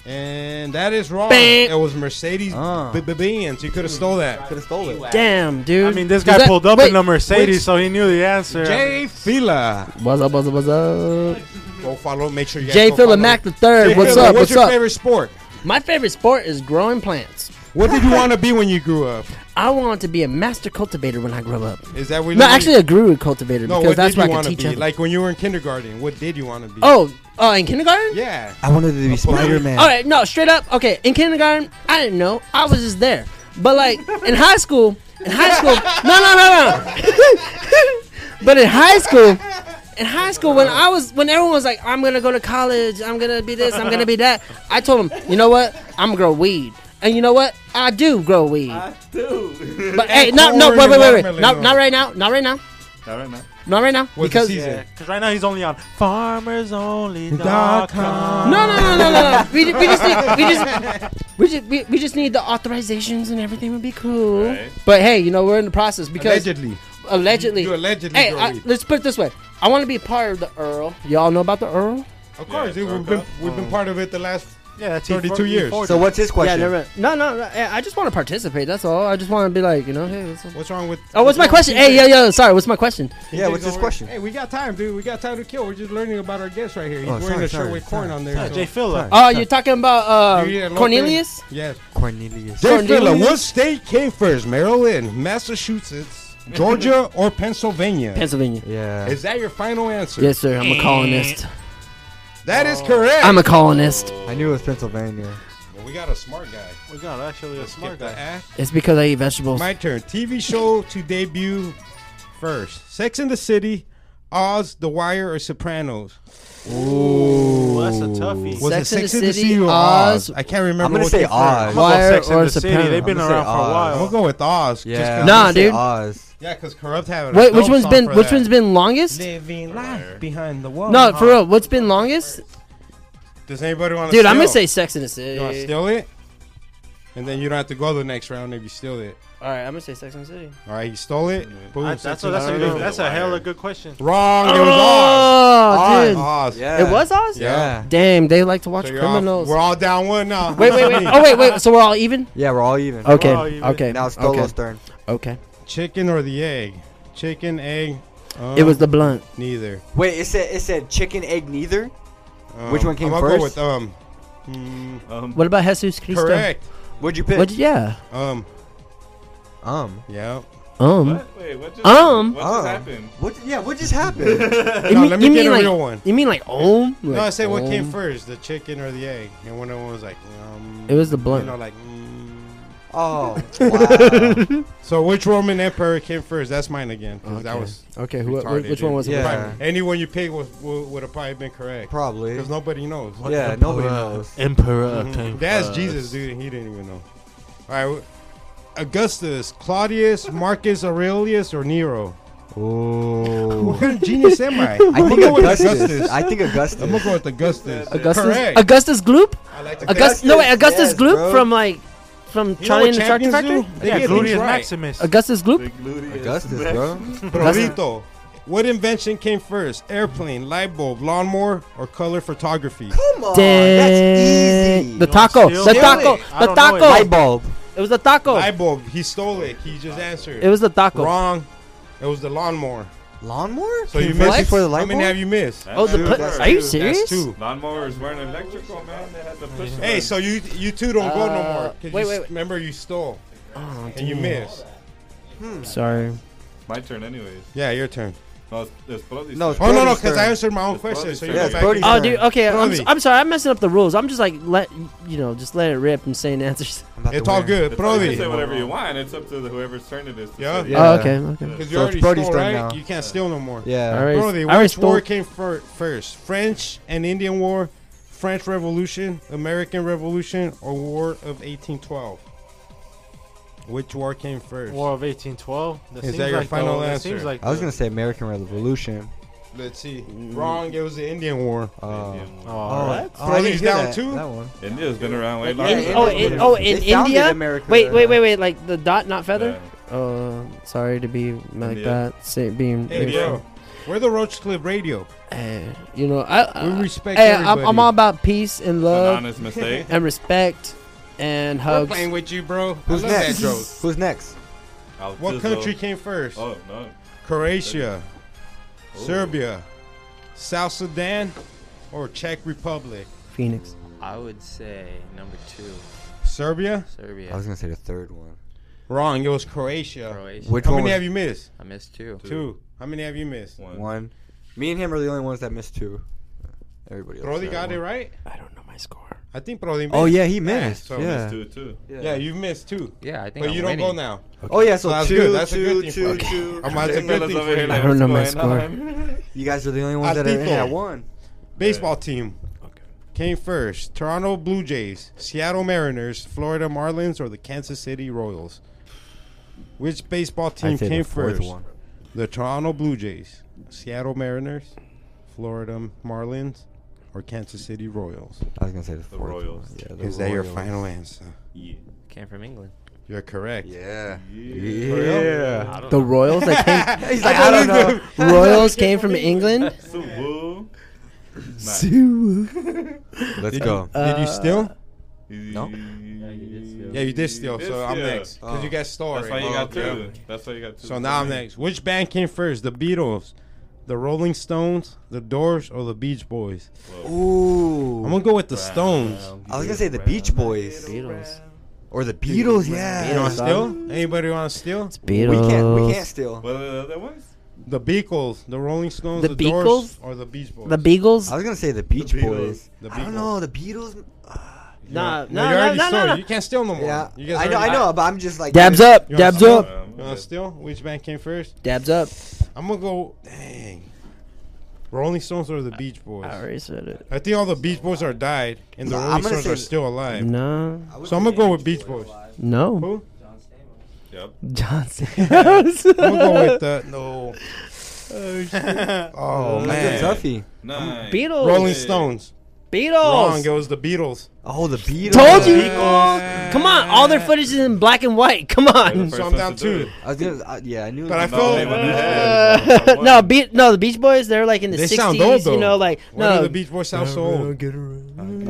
[SPEAKER 2] and that is wrong.
[SPEAKER 3] Bang.
[SPEAKER 2] It was Mercedes
[SPEAKER 1] Ah.
[SPEAKER 2] B- B- Benz. You could have stole that.
[SPEAKER 1] Could have stolen it.
[SPEAKER 3] Damn, dude.
[SPEAKER 5] I mean, this
[SPEAKER 3] Does
[SPEAKER 5] guy
[SPEAKER 3] that-
[SPEAKER 5] pulled up
[SPEAKER 3] wait,
[SPEAKER 5] in a Mercedes,
[SPEAKER 2] which-
[SPEAKER 5] so he knew the answer.
[SPEAKER 2] Jay Fila,
[SPEAKER 3] What's up? What's up? What's up?
[SPEAKER 2] go follow. Make sure you guys
[SPEAKER 3] Jay
[SPEAKER 2] go follow.
[SPEAKER 3] Phillip Mac the
[SPEAKER 2] Jay
[SPEAKER 3] third. What's
[SPEAKER 2] Fila,
[SPEAKER 3] up?
[SPEAKER 2] What's
[SPEAKER 3] What's
[SPEAKER 2] your
[SPEAKER 3] up?
[SPEAKER 2] favorite sport?
[SPEAKER 3] My favorite sport is growing plants.
[SPEAKER 2] What did you want to be when you grew up?
[SPEAKER 3] I want to be a master cultivator when I grow up.
[SPEAKER 2] Is that really
[SPEAKER 3] No, actually, a guru cultivator
[SPEAKER 2] No,
[SPEAKER 3] because
[SPEAKER 2] what
[SPEAKER 3] that's
[SPEAKER 2] did
[SPEAKER 3] where
[SPEAKER 2] you
[SPEAKER 3] I can
[SPEAKER 2] want to
[SPEAKER 3] teach
[SPEAKER 2] be?
[SPEAKER 3] them.
[SPEAKER 2] Like when you were in kindergarten, what did you want to be?
[SPEAKER 3] oh, oh, in kindergarten?
[SPEAKER 2] yeah.
[SPEAKER 1] I wanted to be
[SPEAKER 2] police.
[SPEAKER 1] Spider Man.
[SPEAKER 3] All right, no, straight up. Okay, in kindergarten, I didn't know. I was just there. But like in high school, in high school, no, no, no, no. but in high school, in high school, when I was, when everyone was like, "I'm gonna go to college. I'm gonna be this. I'm gonna be that," I told them, "You know what? I'm gonna grow weed." And you know what? I do grow weed. I do. But hey, no, no,
[SPEAKER 2] corn
[SPEAKER 3] wait,
[SPEAKER 2] and
[SPEAKER 3] wait, wait, wait.
[SPEAKER 2] watermelon
[SPEAKER 3] Not,
[SPEAKER 2] oil.
[SPEAKER 3] not right now. Not right now.
[SPEAKER 4] Not right now.
[SPEAKER 3] Not right now.
[SPEAKER 2] What's the
[SPEAKER 3] because
[SPEAKER 2] season?
[SPEAKER 5] Because right now he's only on
[SPEAKER 2] Dot com.
[SPEAKER 5] farmersonly.com.
[SPEAKER 3] No, no, no, no, no, no. We, ju- we just need, we just, we just, we, we just need the authorizations and everything would be cool.
[SPEAKER 4] Right.
[SPEAKER 3] But hey, you know we're in the process because
[SPEAKER 2] Allegedly.
[SPEAKER 3] allegedly.
[SPEAKER 2] You allegedly
[SPEAKER 3] hey,
[SPEAKER 2] grow
[SPEAKER 3] I,
[SPEAKER 2] weed.
[SPEAKER 3] let's put it this way. I want to be a part of the Earl. Y'all know about the Earl?
[SPEAKER 2] Of course,
[SPEAKER 4] Yeah,
[SPEAKER 2] dude, we've,
[SPEAKER 4] Turco.
[SPEAKER 1] Um,
[SPEAKER 2] been, we've been part of it the last
[SPEAKER 5] Yeah, that's
[SPEAKER 2] 32 years.
[SPEAKER 1] So what's his question?
[SPEAKER 3] Yeah, never. No, no, no. I I just want to participate. That's all. I just want to be like, you know, hey. What's up?
[SPEAKER 2] What's wrong with?
[SPEAKER 3] Oh, what's my question? Hey, yeah, yeah. Sorry, what's my question?
[SPEAKER 1] Yeah, what's his question?
[SPEAKER 2] Hey, we got time, dude. We got time to kill. We're just learning about our guest right here. He's
[SPEAKER 1] Oh,
[SPEAKER 2] wearing
[SPEAKER 1] sorry,
[SPEAKER 2] a shirt
[SPEAKER 1] sorry,
[SPEAKER 2] with
[SPEAKER 1] sorry,
[SPEAKER 2] corn on there.
[SPEAKER 1] sorry.
[SPEAKER 2] so-
[SPEAKER 5] Jay Philla.
[SPEAKER 3] Oh, you're talking about
[SPEAKER 2] You hear
[SPEAKER 3] uh,
[SPEAKER 2] that
[SPEAKER 3] Cornelius?
[SPEAKER 2] Yes.
[SPEAKER 1] Cornelius.
[SPEAKER 2] Jay Philla,
[SPEAKER 3] Cornelius?
[SPEAKER 2] what state came first, Maryland, Massachusetts, Georgia, or Pennsylvania?
[SPEAKER 3] Pennsylvania.
[SPEAKER 1] Yeah.
[SPEAKER 2] Is that your final answer?
[SPEAKER 3] Yes, sir. I'm a colonist.
[SPEAKER 2] That
[SPEAKER 1] Oh.
[SPEAKER 2] is correct.
[SPEAKER 3] I'm a colonist.
[SPEAKER 1] I knew it was Pennsylvania.
[SPEAKER 2] Well, we got a smart guy.
[SPEAKER 5] We got actually a smart
[SPEAKER 2] Skip the
[SPEAKER 5] guy.
[SPEAKER 2] ass.
[SPEAKER 3] It's because I eat vegetables.
[SPEAKER 2] My turn. TV show to debut first: Sex in the City, Oz, The Wire, or Sopranos.
[SPEAKER 5] Well, that's a toughie.
[SPEAKER 2] Was
[SPEAKER 3] Sex
[SPEAKER 2] it
[SPEAKER 3] in the
[SPEAKER 2] Sex in the
[SPEAKER 3] City,
[SPEAKER 2] City or
[SPEAKER 3] Oz?
[SPEAKER 2] Oz? I can't remember.
[SPEAKER 1] I'm gonna
[SPEAKER 2] what
[SPEAKER 1] say
[SPEAKER 2] came first.
[SPEAKER 1] Oz.
[SPEAKER 5] Well,
[SPEAKER 3] Wire
[SPEAKER 5] Sex and
[SPEAKER 3] or
[SPEAKER 5] the City.
[SPEAKER 3] Sopranos?
[SPEAKER 5] They've been
[SPEAKER 1] I'm gonna
[SPEAKER 5] around
[SPEAKER 1] say
[SPEAKER 5] for a
[SPEAKER 1] Oz.
[SPEAKER 5] while.
[SPEAKER 2] I'm gonna go with Oz. just 'cause
[SPEAKER 1] Yeah. I'm
[SPEAKER 3] Nah,
[SPEAKER 1] gonna say
[SPEAKER 3] dude.
[SPEAKER 1] Oz.
[SPEAKER 2] Yeah, because Corrupt have
[SPEAKER 3] Wait, which one's been which one's been longest?
[SPEAKER 2] living life behind the wall?
[SPEAKER 3] No, for real. What's been longest?
[SPEAKER 2] Does anybody want to?
[SPEAKER 3] Dude, I'm gonna say Sex in the City.
[SPEAKER 2] You want to
[SPEAKER 3] All
[SPEAKER 2] steal it, and then you don't have to go the next round if you steal it.
[SPEAKER 3] right, I'm gonna say Sex in the City.
[SPEAKER 2] All right, he stole it. Boom.
[SPEAKER 5] Mm-hmm. I- that's,
[SPEAKER 2] six
[SPEAKER 5] a, that's, a
[SPEAKER 2] and
[SPEAKER 5] good,
[SPEAKER 2] zero.
[SPEAKER 5] that's a hella good question.
[SPEAKER 2] wrong. It was
[SPEAKER 3] Oh,
[SPEAKER 2] Oz.
[SPEAKER 3] dude,
[SPEAKER 2] Oz.
[SPEAKER 1] Yeah.
[SPEAKER 3] it was Oz.
[SPEAKER 2] Yeah.
[SPEAKER 1] Yeah.
[SPEAKER 3] Damn, they like to watch
[SPEAKER 2] So you're off.
[SPEAKER 3] criminals.
[SPEAKER 2] We're all down one now.
[SPEAKER 3] Wait, wait, wait. Oh, wait, wait. So we're all even?
[SPEAKER 1] Yeah, we're all even.
[SPEAKER 3] Okay.
[SPEAKER 5] all even.
[SPEAKER 3] Okay.
[SPEAKER 1] Now it's
[SPEAKER 3] okay.
[SPEAKER 1] Dolo's turn.
[SPEAKER 3] Okay.
[SPEAKER 2] Uh-huh. Chicken or the egg? Chicken, egg. Uh,
[SPEAKER 3] It was the blunt.
[SPEAKER 2] neither.
[SPEAKER 1] Wait, it said it said chicken egg neither.
[SPEAKER 2] Um,
[SPEAKER 1] Which one came
[SPEAKER 2] I'm
[SPEAKER 1] first?
[SPEAKER 2] Go with, um, mm,
[SPEAKER 4] Um,
[SPEAKER 3] What about Jesus Christ?
[SPEAKER 2] correct.
[SPEAKER 1] What'd you pick?
[SPEAKER 3] What? Yeah.
[SPEAKER 2] Um,
[SPEAKER 1] um.
[SPEAKER 2] yeah.
[SPEAKER 3] Um.
[SPEAKER 4] what? Wait, what just,
[SPEAKER 3] Um.
[SPEAKER 4] what just
[SPEAKER 1] Um.
[SPEAKER 4] happened?
[SPEAKER 1] What? Yeah. What just happened?
[SPEAKER 3] You
[SPEAKER 2] no,
[SPEAKER 3] mean-
[SPEAKER 2] let me
[SPEAKER 3] you
[SPEAKER 2] get
[SPEAKER 3] mean
[SPEAKER 2] a
[SPEAKER 3] like-
[SPEAKER 2] real one.
[SPEAKER 3] You mean like om?
[SPEAKER 2] No, I
[SPEAKER 3] Like, um,
[SPEAKER 2] said what came
[SPEAKER 3] om?
[SPEAKER 2] first, the chicken or the egg, and one of them was like, um,
[SPEAKER 3] It was the blunt.
[SPEAKER 2] You know, like. Mm.
[SPEAKER 1] oh. Wow.
[SPEAKER 2] So which Roman emperor came first? That's mine again. 'cause That
[SPEAKER 3] Okay.
[SPEAKER 2] was
[SPEAKER 3] Okay. Who,
[SPEAKER 2] Retarded,
[SPEAKER 3] which one
[SPEAKER 2] dude.
[SPEAKER 3] was it?
[SPEAKER 1] Yeah.
[SPEAKER 2] probably- anyone you picked would, would, would have probably been correct
[SPEAKER 1] Probably.
[SPEAKER 2] because nobody knows.
[SPEAKER 1] Yeah. Nobody knows.
[SPEAKER 5] Emperor
[SPEAKER 2] Mhm.
[SPEAKER 5] came
[SPEAKER 2] That's
[SPEAKER 5] first.
[SPEAKER 2] Jesus, dude. and He didn't even know. All right, w- Augustus, Claudius, Marcus Aurelius, or Nero? What
[SPEAKER 1] Oh.
[SPEAKER 2] kind of genius am I? I'm
[SPEAKER 1] I think
[SPEAKER 2] gonna go with
[SPEAKER 1] Augustus. I think
[SPEAKER 2] I'm gonna
[SPEAKER 1] Augustus.
[SPEAKER 2] go with Augustus.
[SPEAKER 3] Augustus.
[SPEAKER 2] Correct.
[SPEAKER 3] Augustus Gloop.
[SPEAKER 2] I like to
[SPEAKER 3] Augustus. No wait.
[SPEAKER 1] Augustus,
[SPEAKER 3] Augustus
[SPEAKER 1] yes,
[SPEAKER 3] Gloop
[SPEAKER 1] bro.
[SPEAKER 3] from like from
[SPEAKER 2] You know
[SPEAKER 3] Charlie
[SPEAKER 2] what
[SPEAKER 3] and the Chocolate
[SPEAKER 2] champions
[SPEAKER 3] Factory.
[SPEAKER 2] do? They
[SPEAKER 5] Yeah,
[SPEAKER 2] get
[SPEAKER 5] Gluteus
[SPEAKER 2] things right.
[SPEAKER 5] Maximus.
[SPEAKER 3] Augustus Gloop.
[SPEAKER 1] Augustus, bro.
[SPEAKER 2] Burrito. What invention came first? Airplane, light bulb, lawnmower, or color photography?
[SPEAKER 1] Come on.
[SPEAKER 3] Dang.
[SPEAKER 1] That's easy.
[SPEAKER 3] The
[SPEAKER 5] You wanna
[SPEAKER 3] taco.
[SPEAKER 5] steal
[SPEAKER 3] The
[SPEAKER 5] it?
[SPEAKER 3] taco.
[SPEAKER 5] I don't
[SPEAKER 3] The
[SPEAKER 5] know it.
[SPEAKER 3] taco.
[SPEAKER 1] Light bulb.
[SPEAKER 3] It was the taco.
[SPEAKER 2] Light bulb. He stole it. He just answered.
[SPEAKER 3] It was the taco.
[SPEAKER 2] Wrong. It was the lawnmower.
[SPEAKER 1] Lawnmower?
[SPEAKER 2] So you
[SPEAKER 1] Came
[SPEAKER 2] missed
[SPEAKER 1] first before the
[SPEAKER 2] How
[SPEAKER 1] light
[SPEAKER 2] many have
[SPEAKER 1] bulb?
[SPEAKER 2] you missed?
[SPEAKER 3] Oh, the
[SPEAKER 4] That's
[SPEAKER 3] pla-
[SPEAKER 4] two.
[SPEAKER 3] are you
[SPEAKER 4] That's
[SPEAKER 3] serious?
[SPEAKER 2] That's two.
[SPEAKER 4] Lawnmowers weren't electrical, man. They had to push.
[SPEAKER 2] Hey, so you you two don't go no more.
[SPEAKER 3] Uh,
[SPEAKER 2] 'cause
[SPEAKER 3] wait,
[SPEAKER 2] you
[SPEAKER 3] wait,
[SPEAKER 2] s-
[SPEAKER 3] wait.
[SPEAKER 2] Remember you stole
[SPEAKER 3] Oh,
[SPEAKER 2] and you
[SPEAKER 3] damn.
[SPEAKER 2] missed.
[SPEAKER 3] Sorry.
[SPEAKER 4] my turn, anyways.
[SPEAKER 2] Yeah, your turn.
[SPEAKER 4] No, it's, it's Brody's
[SPEAKER 1] No,
[SPEAKER 4] turn.
[SPEAKER 2] Oh no no,
[SPEAKER 1] Brody's
[SPEAKER 2] because
[SPEAKER 1] turn.
[SPEAKER 2] I answered my own
[SPEAKER 4] It's
[SPEAKER 2] question.
[SPEAKER 4] Brody's
[SPEAKER 2] So you
[SPEAKER 4] turn.
[SPEAKER 1] Yeah,
[SPEAKER 2] go
[SPEAKER 1] it's
[SPEAKER 2] back.
[SPEAKER 1] Brody's
[SPEAKER 2] in.
[SPEAKER 3] Oh,
[SPEAKER 1] Sorry.
[SPEAKER 3] dude. Okay. I'm,
[SPEAKER 2] Brody.
[SPEAKER 3] s- I'm sorry. I'm messing up the rules. I'm just like let you know, just let it rip and saying answers.
[SPEAKER 1] I'm about to
[SPEAKER 2] It's all
[SPEAKER 1] win.
[SPEAKER 2] good,
[SPEAKER 4] It's like You
[SPEAKER 2] Brody.
[SPEAKER 4] can say whatever you want. It's up to the, whoever's turn it is. To
[SPEAKER 2] Yeah.
[SPEAKER 4] say.
[SPEAKER 1] Yeah.
[SPEAKER 3] Oh, okay. Okay.
[SPEAKER 2] Because
[SPEAKER 1] So
[SPEAKER 2] you
[SPEAKER 1] it's
[SPEAKER 2] already
[SPEAKER 1] Brody's
[SPEAKER 2] stole,
[SPEAKER 1] turn
[SPEAKER 2] right?
[SPEAKER 1] now.
[SPEAKER 2] You can't steal no more.
[SPEAKER 1] Yeah.
[SPEAKER 3] All right.
[SPEAKER 2] Brody,
[SPEAKER 3] I already
[SPEAKER 2] which war
[SPEAKER 3] stole-
[SPEAKER 2] came fir- first? French and Indian War, French Revolution, American Revolution, or War of 1812? Which war came first?
[SPEAKER 5] War of 1812. That
[SPEAKER 2] Is
[SPEAKER 5] seems
[SPEAKER 2] that your
[SPEAKER 5] like
[SPEAKER 2] final
[SPEAKER 5] the, that
[SPEAKER 2] answer?
[SPEAKER 5] seems like
[SPEAKER 1] I was
[SPEAKER 5] the-
[SPEAKER 1] gonna say American Revolution.
[SPEAKER 2] Let's see. Wrong. It was the Indian War.
[SPEAKER 1] Uh,
[SPEAKER 5] Oh,
[SPEAKER 1] I didn't
[SPEAKER 2] Brody's
[SPEAKER 1] hear
[SPEAKER 2] down
[SPEAKER 1] that-
[SPEAKER 2] two?
[SPEAKER 1] That one.
[SPEAKER 4] India's been around way
[SPEAKER 1] Yeah,
[SPEAKER 4] longer.
[SPEAKER 1] India-
[SPEAKER 4] than
[SPEAKER 3] oh,
[SPEAKER 4] we
[SPEAKER 3] in,
[SPEAKER 4] have.
[SPEAKER 3] oh, in
[SPEAKER 1] They founded
[SPEAKER 3] India.
[SPEAKER 1] America.
[SPEAKER 3] Wait, wait, wait, wait. Like the dot, not feather.
[SPEAKER 4] Yeah.
[SPEAKER 3] Oh, sorry to be like
[SPEAKER 4] India.
[SPEAKER 3] that. Say, being,
[SPEAKER 2] Hey,
[SPEAKER 4] India.
[SPEAKER 2] bro. We're the Roach Clip Radio.
[SPEAKER 3] Eh, you know, I,
[SPEAKER 2] We
[SPEAKER 3] I
[SPEAKER 2] respect
[SPEAKER 3] hey, I'm,
[SPEAKER 2] everybody.
[SPEAKER 3] I'm all about peace and
[SPEAKER 4] An
[SPEAKER 3] love
[SPEAKER 4] honest mistake.
[SPEAKER 3] and respect and
[SPEAKER 2] We're
[SPEAKER 3] hugs.
[SPEAKER 2] playing with you, bro. I
[SPEAKER 1] Who's
[SPEAKER 2] love
[SPEAKER 1] next?
[SPEAKER 2] that joke.
[SPEAKER 1] Who's next?
[SPEAKER 4] I'll
[SPEAKER 2] What
[SPEAKER 4] just
[SPEAKER 2] country
[SPEAKER 4] go-
[SPEAKER 2] came first?
[SPEAKER 4] Oh no.
[SPEAKER 2] Croatia,
[SPEAKER 4] Oh.
[SPEAKER 2] Serbia, South Sudan, or Czech Republic?
[SPEAKER 3] Phoenix.
[SPEAKER 9] I would say number two,
[SPEAKER 2] Serbia?
[SPEAKER 9] Serbia.
[SPEAKER 1] I was gonna say the third one.
[SPEAKER 2] Wrong. It was Croatia.
[SPEAKER 9] Croatia.
[SPEAKER 1] Which
[SPEAKER 2] How
[SPEAKER 1] one?
[SPEAKER 2] many
[SPEAKER 1] was-
[SPEAKER 2] have you missed?
[SPEAKER 9] I missed two.
[SPEAKER 4] Two.
[SPEAKER 2] Two. How many have you missed?
[SPEAKER 4] One.
[SPEAKER 1] One. Me and him are the only ones that missed two. Everybody else.
[SPEAKER 2] Brody
[SPEAKER 1] got
[SPEAKER 2] got
[SPEAKER 1] one.
[SPEAKER 2] it right.
[SPEAKER 3] I don't know my score.
[SPEAKER 2] I think Brody. Missed.
[SPEAKER 1] Oh yeah, he missed.
[SPEAKER 2] so I
[SPEAKER 1] Yeah.
[SPEAKER 4] Missed two too.
[SPEAKER 2] yeah. you missed two,
[SPEAKER 9] Yeah, I think.
[SPEAKER 2] but
[SPEAKER 9] I'm
[SPEAKER 2] you don't
[SPEAKER 9] winning.
[SPEAKER 2] go now.
[SPEAKER 1] Oh yeah,
[SPEAKER 2] So
[SPEAKER 1] so
[SPEAKER 2] that's
[SPEAKER 1] two,
[SPEAKER 2] good. That's a
[SPEAKER 1] two,
[SPEAKER 2] good thing
[SPEAKER 1] two,
[SPEAKER 2] for you.
[SPEAKER 1] two.
[SPEAKER 2] I'm out
[SPEAKER 4] Hey,
[SPEAKER 2] to
[SPEAKER 4] fellas
[SPEAKER 2] good thing
[SPEAKER 4] over
[SPEAKER 2] for
[SPEAKER 4] here,
[SPEAKER 2] you.
[SPEAKER 4] like,
[SPEAKER 3] I don't know
[SPEAKER 4] what's
[SPEAKER 3] my
[SPEAKER 4] going on?
[SPEAKER 1] You guys are the only ones that are in
[SPEAKER 2] Atito.
[SPEAKER 1] at one.
[SPEAKER 2] Baseball team. Came first. Toronto Blue Jays, Seattle Mariners, Florida Marlins, or the Kansas City Royals. Which baseball team
[SPEAKER 1] I'd say the
[SPEAKER 2] came
[SPEAKER 1] fourth
[SPEAKER 2] first?
[SPEAKER 1] one.
[SPEAKER 2] The Toronto Blue Jays, Seattle Mariners, Florida Marlins, or Kansas City Royals.
[SPEAKER 1] I was gonna say the fourth. one.
[SPEAKER 4] Royals.
[SPEAKER 1] Yeah, the
[SPEAKER 2] Is that your
[SPEAKER 1] Royals.
[SPEAKER 2] final answer?
[SPEAKER 4] Yeah.
[SPEAKER 9] Came from England.
[SPEAKER 2] You're correct.
[SPEAKER 1] Yeah.
[SPEAKER 2] Yeah.
[SPEAKER 9] I don't
[SPEAKER 3] The
[SPEAKER 9] know.
[SPEAKER 3] Royals, I think.
[SPEAKER 1] He's like, I don't know.
[SPEAKER 3] Royals came from England.
[SPEAKER 4] So woo.
[SPEAKER 3] Sue.
[SPEAKER 1] Let's
[SPEAKER 2] Did
[SPEAKER 1] go.
[SPEAKER 2] You,
[SPEAKER 4] Uh,
[SPEAKER 2] did you steal?
[SPEAKER 4] No.
[SPEAKER 2] Yeah, you did steal.
[SPEAKER 4] did
[SPEAKER 2] So I'm
[SPEAKER 4] steal.
[SPEAKER 2] next because you got story.
[SPEAKER 4] That's why you
[SPEAKER 2] Oh,
[SPEAKER 4] got
[SPEAKER 2] okay.
[SPEAKER 4] two. That's why you got two.
[SPEAKER 2] So now I'm next. Which band came first, the Beatles, the Rolling Stones, the Doors, or the Beach Boys?
[SPEAKER 1] Ooh.
[SPEAKER 2] I'm gonna go with the Stones.
[SPEAKER 1] I was gonna say the Beach Boys
[SPEAKER 3] Beatles.
[SPEAKER 1] or the Beatles. Yeah.
[SPEAKER 2] You want to
[SPEAKER 3] son.
[SPEAKER 2] steal? Anybody want to steal?
[SPEAKER 1] We
[SPEAKER 3] Beatles.
[SPEAKER 1] can't. We can't steal.
[SPEAKER 4] What are the other ones?
[SPEAKER 2] The Beatles, the Rolling Stones, the,
[SPEAKER 8] The
[SPEAKER 2] Doors,
[SPEAKER 8] Beatles?
[SPEAKER 2] or the Beach Boys?
[SPEAKER 8] The Beagles?
[SPEAKER 1] I was gonna say the Beach
[SPEAKER 4] Beatles.
[SPEAKER 1] Boys.
[SPEAKER 2] The
[SPEAKER 1] I
[SPEAKER 2] Beatles.
[SPEAKER 1] don't know the Beatles.
[SPEAKER 3] Nah,
[SPEAKER 2] No,
[SPEAKER 3] nah,
[SPEAKER 2] you
[SPEAKER 3] nah,
[SPEAKER 2] already
[SPEAKER 3] nah,
[SPEAKER 2] stole.
[SPEAKER 3] nah, nah.
[SPEAKER 2] You can't steal no more.
[SPEAKER 1] Yeah.
[SPEAKER 2] You guys
[SPEAKER 1] I know.
[SPEAKER 2] already-
[SPEAKER 1] I know, but I'm just like
[SPEAKER 8] Dabs up.
[SPEAKER 2] You wanna
[SPEAKER 8] Dabs
[SPEAKER 2] steal?
[SPEAKER 4] Um,
[SPEAKER 8] up.
[SPEAKER 2] You want to steal? Which band came first?
[SPEAKER 3] Dabs up.
[SPEAKER 2] I'm gonna go. Dang. Rolling Stones or the Beach Boys?
[SPEAKER 8] I already said it.
[SPEAKER 2] I think all the Beach Boys are died, and the
[SPEAKER 1] Nah,
[SPEAKER 2] Rolling
[SPEAKER 1] I'm gonna
[SPEAKER 2] Stones are
[SPEAKER 1] say-
[SPEAKER 2] still alive.
[SPEAKER 3] No,
[SPEAKER 2] So I'm gonna go with Beach Boys.
[SPEAKER 8] No.
[SPEAKER 2] Who?
[SPEAKER 4] Yep.
[SPEAKER 8] Johnson. Stamos.
[SPEAKER 2] I'm gonna go with the no. Oh
[SPEAKER 1] That's a
[SPEAKER 2] man.
[SPEAKER 1] toughie.
[SPEAKER 4] Nice.
[SPEAKER 3] Beatles.
[SPEAKER 2] Rolling Stones.
[SPEAKER 3] Beatles.
[SPEAKER 2] Wrong. It was the Beatles.
[SPEAKER 1] Oh, the Beatles.
[SPEAKER 3] Told you. Come on, all their footage is in black and white. Come on.
[SPEAKER 2] So I'm down
[SPEAKER 4] do
[SPEAKER 2] two.
[SPEAKER 4] it.
[SPEAKER 1] I was gonna. I- yeah, I knew.
[SPEAKER 2] But I
[SPEAKER 1] the-
[SPEAKER 2] felt-
[SPEAKER 4] No, they were
[SPEAKER 3] Uh,
[SPEAKER 4] the best.
[SPEAKER 3] no, beat no. The Beach Boys, they're like in the
[SPEAKER 2] They sound old
[SPEAKER 3] sixties.
[SPEAKER 2] though.
[SPEAKER 3] You know, like
[SPEAKER 2] Why do
[SPEAKER 3] no.
[SPEAKER 2] the Beach Boys sound so old?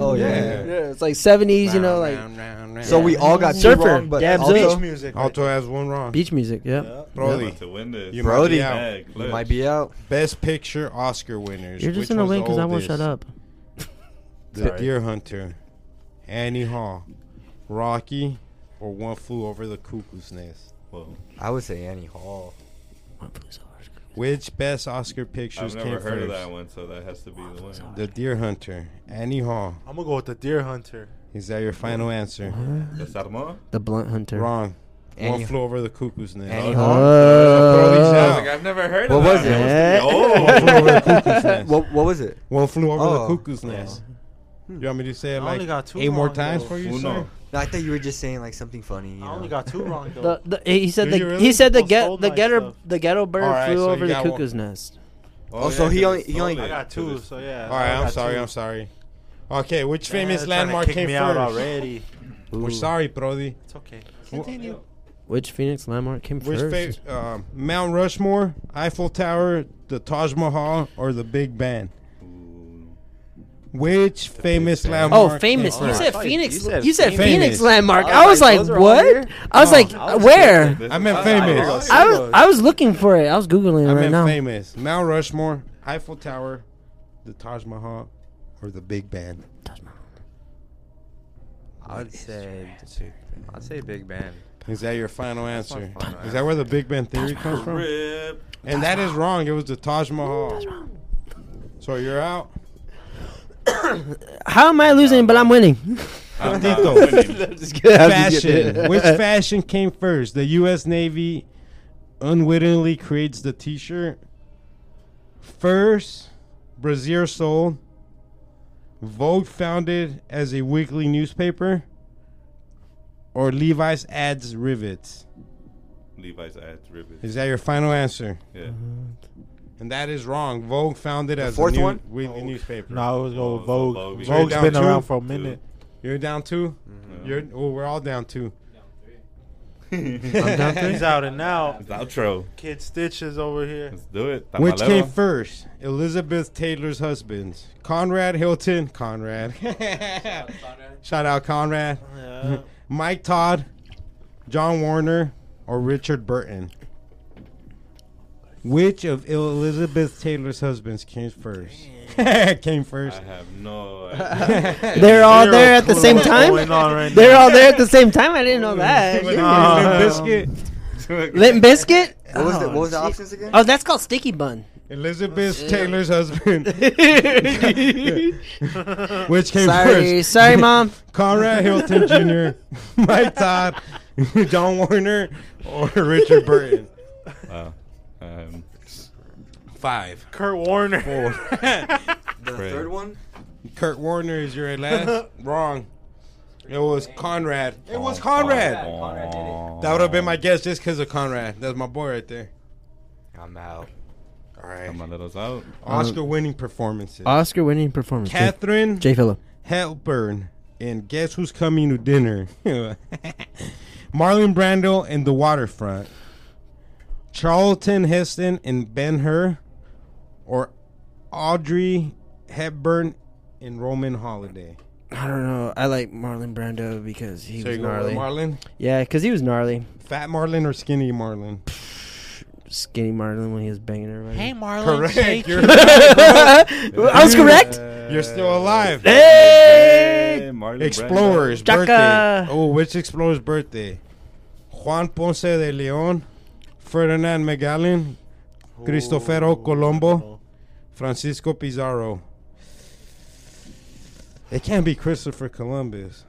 [SPEAKER 1] Oh yeah.
[SPEAKER 2] Yeah.
[SPEAKER 3] yeah, it's like seventies. You know, like
[SPEAKER 1] So we all got two
[SPEAKER 3] Surfer.
[SPEAKER 1] wrong, but
[SPEAKER 3] Dabs
[SPEAKER 1] also,
[SPEAKER 3] up.
[SPEAKER 5] music.
[SPEAKER 2] Alto has one wrong.
[SPEAKER 3] beach music. Yeah.
[SPEAKER 4] I'm
[SPEAKER 2] Brody,
[SPEAKER 4] about to win this.
[SPEAKER 2] you might
[SPEAKER 1] Brody.
[SPEAKER 2] be out.
[SPEAKER 4] Yeah,
[SPEAKER 1] you
[SPEAKER 4] clutch.
[SPEAKER 1] might be out.
[SPEAKER 2] Best Picture Oscar winners.
[SPEAKER 8] You're just
[SPEAKER 2] Which
[SPEAKER 8] gonna
[SPEAKER 2] was
[SPEAKER 8] win
[SPEAKER 2] the
[SPEAKER 8] because I won't
[SPEAKER 2] oldest?
[SPEAKER 8] shut up.
[SPEAKER 2] The Deer Hunter, Annie Hall, Rocky, or One Flew Over the Cuckoo's Nest.
[SPEAKER 4] Well,
[SPEAKER 1] I would say Annie Hall.
[SPEAKER 2] Which best Oscar pictures
[SPEAKER 4] I've
[SPEAKER 2] came
[SPEAKER 4] never heard
[SPEAKER 2] first?
[SPEAKER 4] of that one, so that has to be the one.
[SPEAKER 2] The Deer Hunter, Annie Hall.
[SPEAKER 5] I'm gonna go with the Deer Hunter.
[SPEAKER 2] Is that your final answer?
[SPEAKER 4] Desarmó?
[SPEAKER 3] The Blunt Hunter.
[SPEAKER 2] Wrong. One
[SPEAKER 1] Annie-
[SPEAKER 2] Flew Over the Cuckoo's Nest. Oh,
[SPEAKER 1] Annie
[SPEAKER 2] So
[SPEAKER 1] Hall.
[SPEAKER 3] Oh.
[SPEAKER 5] Oh.
[SPEAKER 2] Brody's
[SPEAKER 4] I was like,
[SPEAKER 2] out.
[SPEAKER 4] I've never heard
[SPEAKER 1] What
[SPEAKER 4] of
[SPEAKER 1] was
[SPEAKER 4] that.
[SPEAKER 3] it?
[SPEAKER 4] That
[SPEAKER 2] One Flew Over the Cuckoo's Nest.
[SPEAKER 1] What What was it?
[SPEAKER 2] One Flew Over the
[SPEAKER 1] Oh.
[SPEAKER 2] Cuckoo's Nest. You want me to say it
[SPEAKER 5] Hmm. I
[SPEAKER 2] like
[SPEAKER 5] only got two
[SPEAKER 2] eight more
[SPEAKER 5] wrong,
[SPEAKER 2] times
[SPEAKER 5] though.
[SPEAKER 2] for you,
[SPEAKER 4] was
[SPEAKER 2] sir?
[SPEAKER 4] old.
[SPEAKER 1] No, I thought you were just saying like something funny. You
[SPEAKER 5] I only
[SPEAKER 1] know?
[SPEAKER 5] got two wrong though.
[SPEAKER 3] The, the, he said
[SPEAKER 2] Do
[SPEAKER 3] the
[SPEAKER 2] you really?
[SPEAKER 3] he said the
[SPEAKER 5] Almost
[SPEAKER 3] get
[SPEAKER 5] all
[SPEAKER 3] the
[SPEAKER 5] my
[SPEAKER 3] getter
[SPEAKER 5] stuff.
[SPEAKER 3] the ghetto bird
[SPEAKER 2] All right,
[SPEAKER 3] flew
[SPEAKER 2] so
[SPEAKER 3] over
[SPEAKER 2] you
[SPEAKER 3] the
[SPEAKER 2] got one.
[SPEAKER 3] cuckoo's nest.
[SPEAKER 1] Oh, so he only- he
[SPEAKER 4] stole
[SPEAKER 1] only-
[SPEAKER 4] it.
[SPEAKER 5] I got two, so yeah.
[SPEAKER 2] All right, I'm sorry. I'm sorry. Okay, which famous landmark
[SPEAKER 5] kicked
[SPEAKER 2] came
[SPEAKER 5] me
[SPEAKER 2] first?
[SPEAKER 5] out already.
[SPEAKER 2] We're sorry, Brody.
[SPEAKER 5] It's okay.
[SPEAKER 3] Which Phoenix landmark came
[SPEAKER 2] Which
[SPEAKER 3] first?
[SPEAKER 2] fa- um, Mount Rushmore, Eiffel Tower, the Taj Mahal, or the Big Ben? Which famous landmark?
[SPEAKER 3] Oh, famous!
[SPEAKER 2] came
[SPEAKER 3] You
[SPEAKER 2] first?
[SPEAKER 3] said
[SPEAKER 5] Oh,
[SPEAKER 3] Phoenix.
[SPEAKER 9] you
[SPEAKER 3] You said,
[SPEAKER 9] said
[SPEAKER 2] Phoenix.
[SPEAKER 3] Phoenix. landmark.
[SPEAKER 5] I
[SPEAKER 3] I
[SPEAKER 5] was
[SPEAKER 3] was
[SPEAKER 5] like,
[SPEAKER 3] like,
[SPEAKER 5] Oh, those are all
[SPEAKER 3] what?
[SPEAKER 5] here? Oh,
[SPEAKER 3] I was
[SPEAKER 2] No,
[SPEAKER 3] like,
[SPEAKER 5] I was
[SPEAKER 3] where?
[SPEAKER 4] This
[SPEAKER 2] I
[SPEAKER 4] is-
[SPEAKER 2] meant
[SPEAKER 4] I- I
[SPEAKER 2] famous.
[SPEAKER 4] was-
[SPEAKER 3] I was I was looking for it. I was googling it
[SPEAKER 2] I
[SPEAKER 3] right
[SPEAKER 2] meant
[SPEAKER 3] now.
[SPEAKER 2] famous. Mount Rushmore, Eiffel Tower, the Taj Mahal, or the Big Ben?
[SPEAKER 9] I would say. I'd say Big Band.
[SPEAKER 2] Is that your final
[SPEAKER 9] my
[SPEAKER 2] answer?
[SPEAKER 9] final
[SPEAKER 2] Is that where the Big Ben theory comes from?
[SPEAKER 4] Rip.
[SPEAKER 2] And that is wrong. It was the Taj Mahal. So you're out.
[SPEAKER 3] How am I losing? But I'm winning.
[SPEAKER 4] I'm not
[SPEAKER 2] Tito.
[SPEAKER 4] winning.
[SPEAKER 2] fashion. Which fashion came first? The U.S. Navy unwittingly creates the T-shirt first. Brazier sold. Vogue founded as a weekly newspaper. Or Levi's adds rivets.
[SPEAKER 4] Levi's ads ribbon.
[SPEAKER 2] Is that your final answer?
[SPEAKER 4] Yeah.
[SPEAKER 2] And that is wrong. Vogue founded as
[SPEAKER 1] fourth
[SPEAKER 2] a new,
[SPEAKER 1] one?
[SPEAKER 2] weekly newspaper.
[SPEAKER 5] No, I was going
[SPEAKER 4] Oh, so
[SPEAKER 5] Vogue.
[SPEAKER 4] Vogue. So
[SPEAKER 5] Vogue's
[SPEAKER 2] you're
[SPEAKER 5] been
[SPEAKER 2] down
[SPEAKER 5] around
[SPEAKER 2] two?
[SPEAKER 5] for a minute.
[SPEAKER 2] You're down 2 You're well, we're all down two.
[SPEAKER 5] He's out and out.
[SPEAKER 4] It's outro.
[SPEAKER 5] Kid Stitches over here.
[SPEAKER 4] Let's do it.
[SPEAKER 2] Which
[SPEAKER 4] Tamalero.
[SPEAKER 2] came first? Elizabeth Taylor's husband, Conrad Hilton. Conrad. Shout out Conrad.
[SPEAKER 5] Yeah.
[SPEAKER 2] Mike Todd, John Warner, or Richard Burton. Which of Elizabeth Taylor's husbands came first? came
[SPEAKER 4] I
[SPEAKER 2] first.
[SPEAKER 4] have no idea.
[SPEAKER 3] They're all
[SPEAKER 5] Zero
[SPEAKER 3] there at the
[SPEAKER 5] clue
[SPEAKER 3] same
[SPEAKER 5] what's
[SPEAKER 3] time.
[SPEAKER 5] going on right
[SPEAKER 3] They're
[SPEAKER 5] now.
[SPEAKER 3] all there at the same time. I didn't know that.
[SPEAKER 5] Uh,
[SPEAKER 2] Biscuit.
[SPEAKER 3] Limp Biscuit.
[SPEAKER 1] What was the
[SPEAKER 3] Oh,
[SPEAKER 1] What was the options again?
[SPEAKER 3] Oh, that's called sticky bun.
[SPEAKER 2] Elizabeth Taylor's husband. Which came
[SPEAKER 3] Sorry,
[SPEAKER 2] first?
[SPEAKER 3] sorry, mom.
[SPEAKER 2] Conrad Hilton Jr., Mike Todd, John Warner, or Richard Burton.
[SPEAKER 4] Wow. Um,
[SPEAKER 2] Five.
[SPEAKER 5] Kurt Warner.
[SPEAKER 1] the third one.
[SPEAKER 2] Kurt Warner is your last. Wrong. It was Conrad. It was
[SPEAKER 4] aw.
[SPEAKER 2] Conrad. That would have been my guess just because of Conrad. That's my boy right there.
[SPEAKER 1] I'm out.
[SPEAKER 2] All right.
[SPEAKER 4] Tamalero's out.
[SPEAKER 2] Oscar winning Uh, performances.
[SPEAKER 3] Oscar winning performance. J.
[SPEAKER 2] Catherine
[SPEAKER 3] Uh, J. Phillip.
[SPEAKER 2] Hepburn and Guess Who's Coming to Dinner. Marlon Brando and The Waterfront. Charlton Heston and Ben Hur. Or Audrey Hepburn and Roman Holiday?
[SPEAKER 3] I don't know. I like Marlon Brando because he
[SPEAKER 2] So
[SPEAKER 3] was
[SPEAKER 2] you go with
[SPEAKER 3] gnarly.
[SPEAKER 2] Marlon,
[SPEAKER 3] yeah, because he was gnarly.
[SPEAKER 2] fat Marlon or skinny Marlon?
[SPEAKER 3] Skinny Marlon when he was banging everybody.
[SPEAKER 7] Hey, Marlon.
[SPEAKER 2] Correct.
[SPEAKER 7] Correct.
[SPEAKER 2] You're,
[SPEAKER 3] I was correct.
[SPEAKER 2] you're still alive.
[SPEAKER 3] Hey,
[SPEAKER 4] Marlon Brando.
[SPEAKER 2] Explorer's
[SPEAKER 3] Chaka.
[SPEAKER 2] birthday. Oh, which explorer's birthday? Juan Ponce de Leon, Ferdinand Magellan,
[SPEAKER 3] Oh.
[SPEAKER 2] Cristoforo Colombo, Francisco Pizarro. It can't be Christopher Columbus,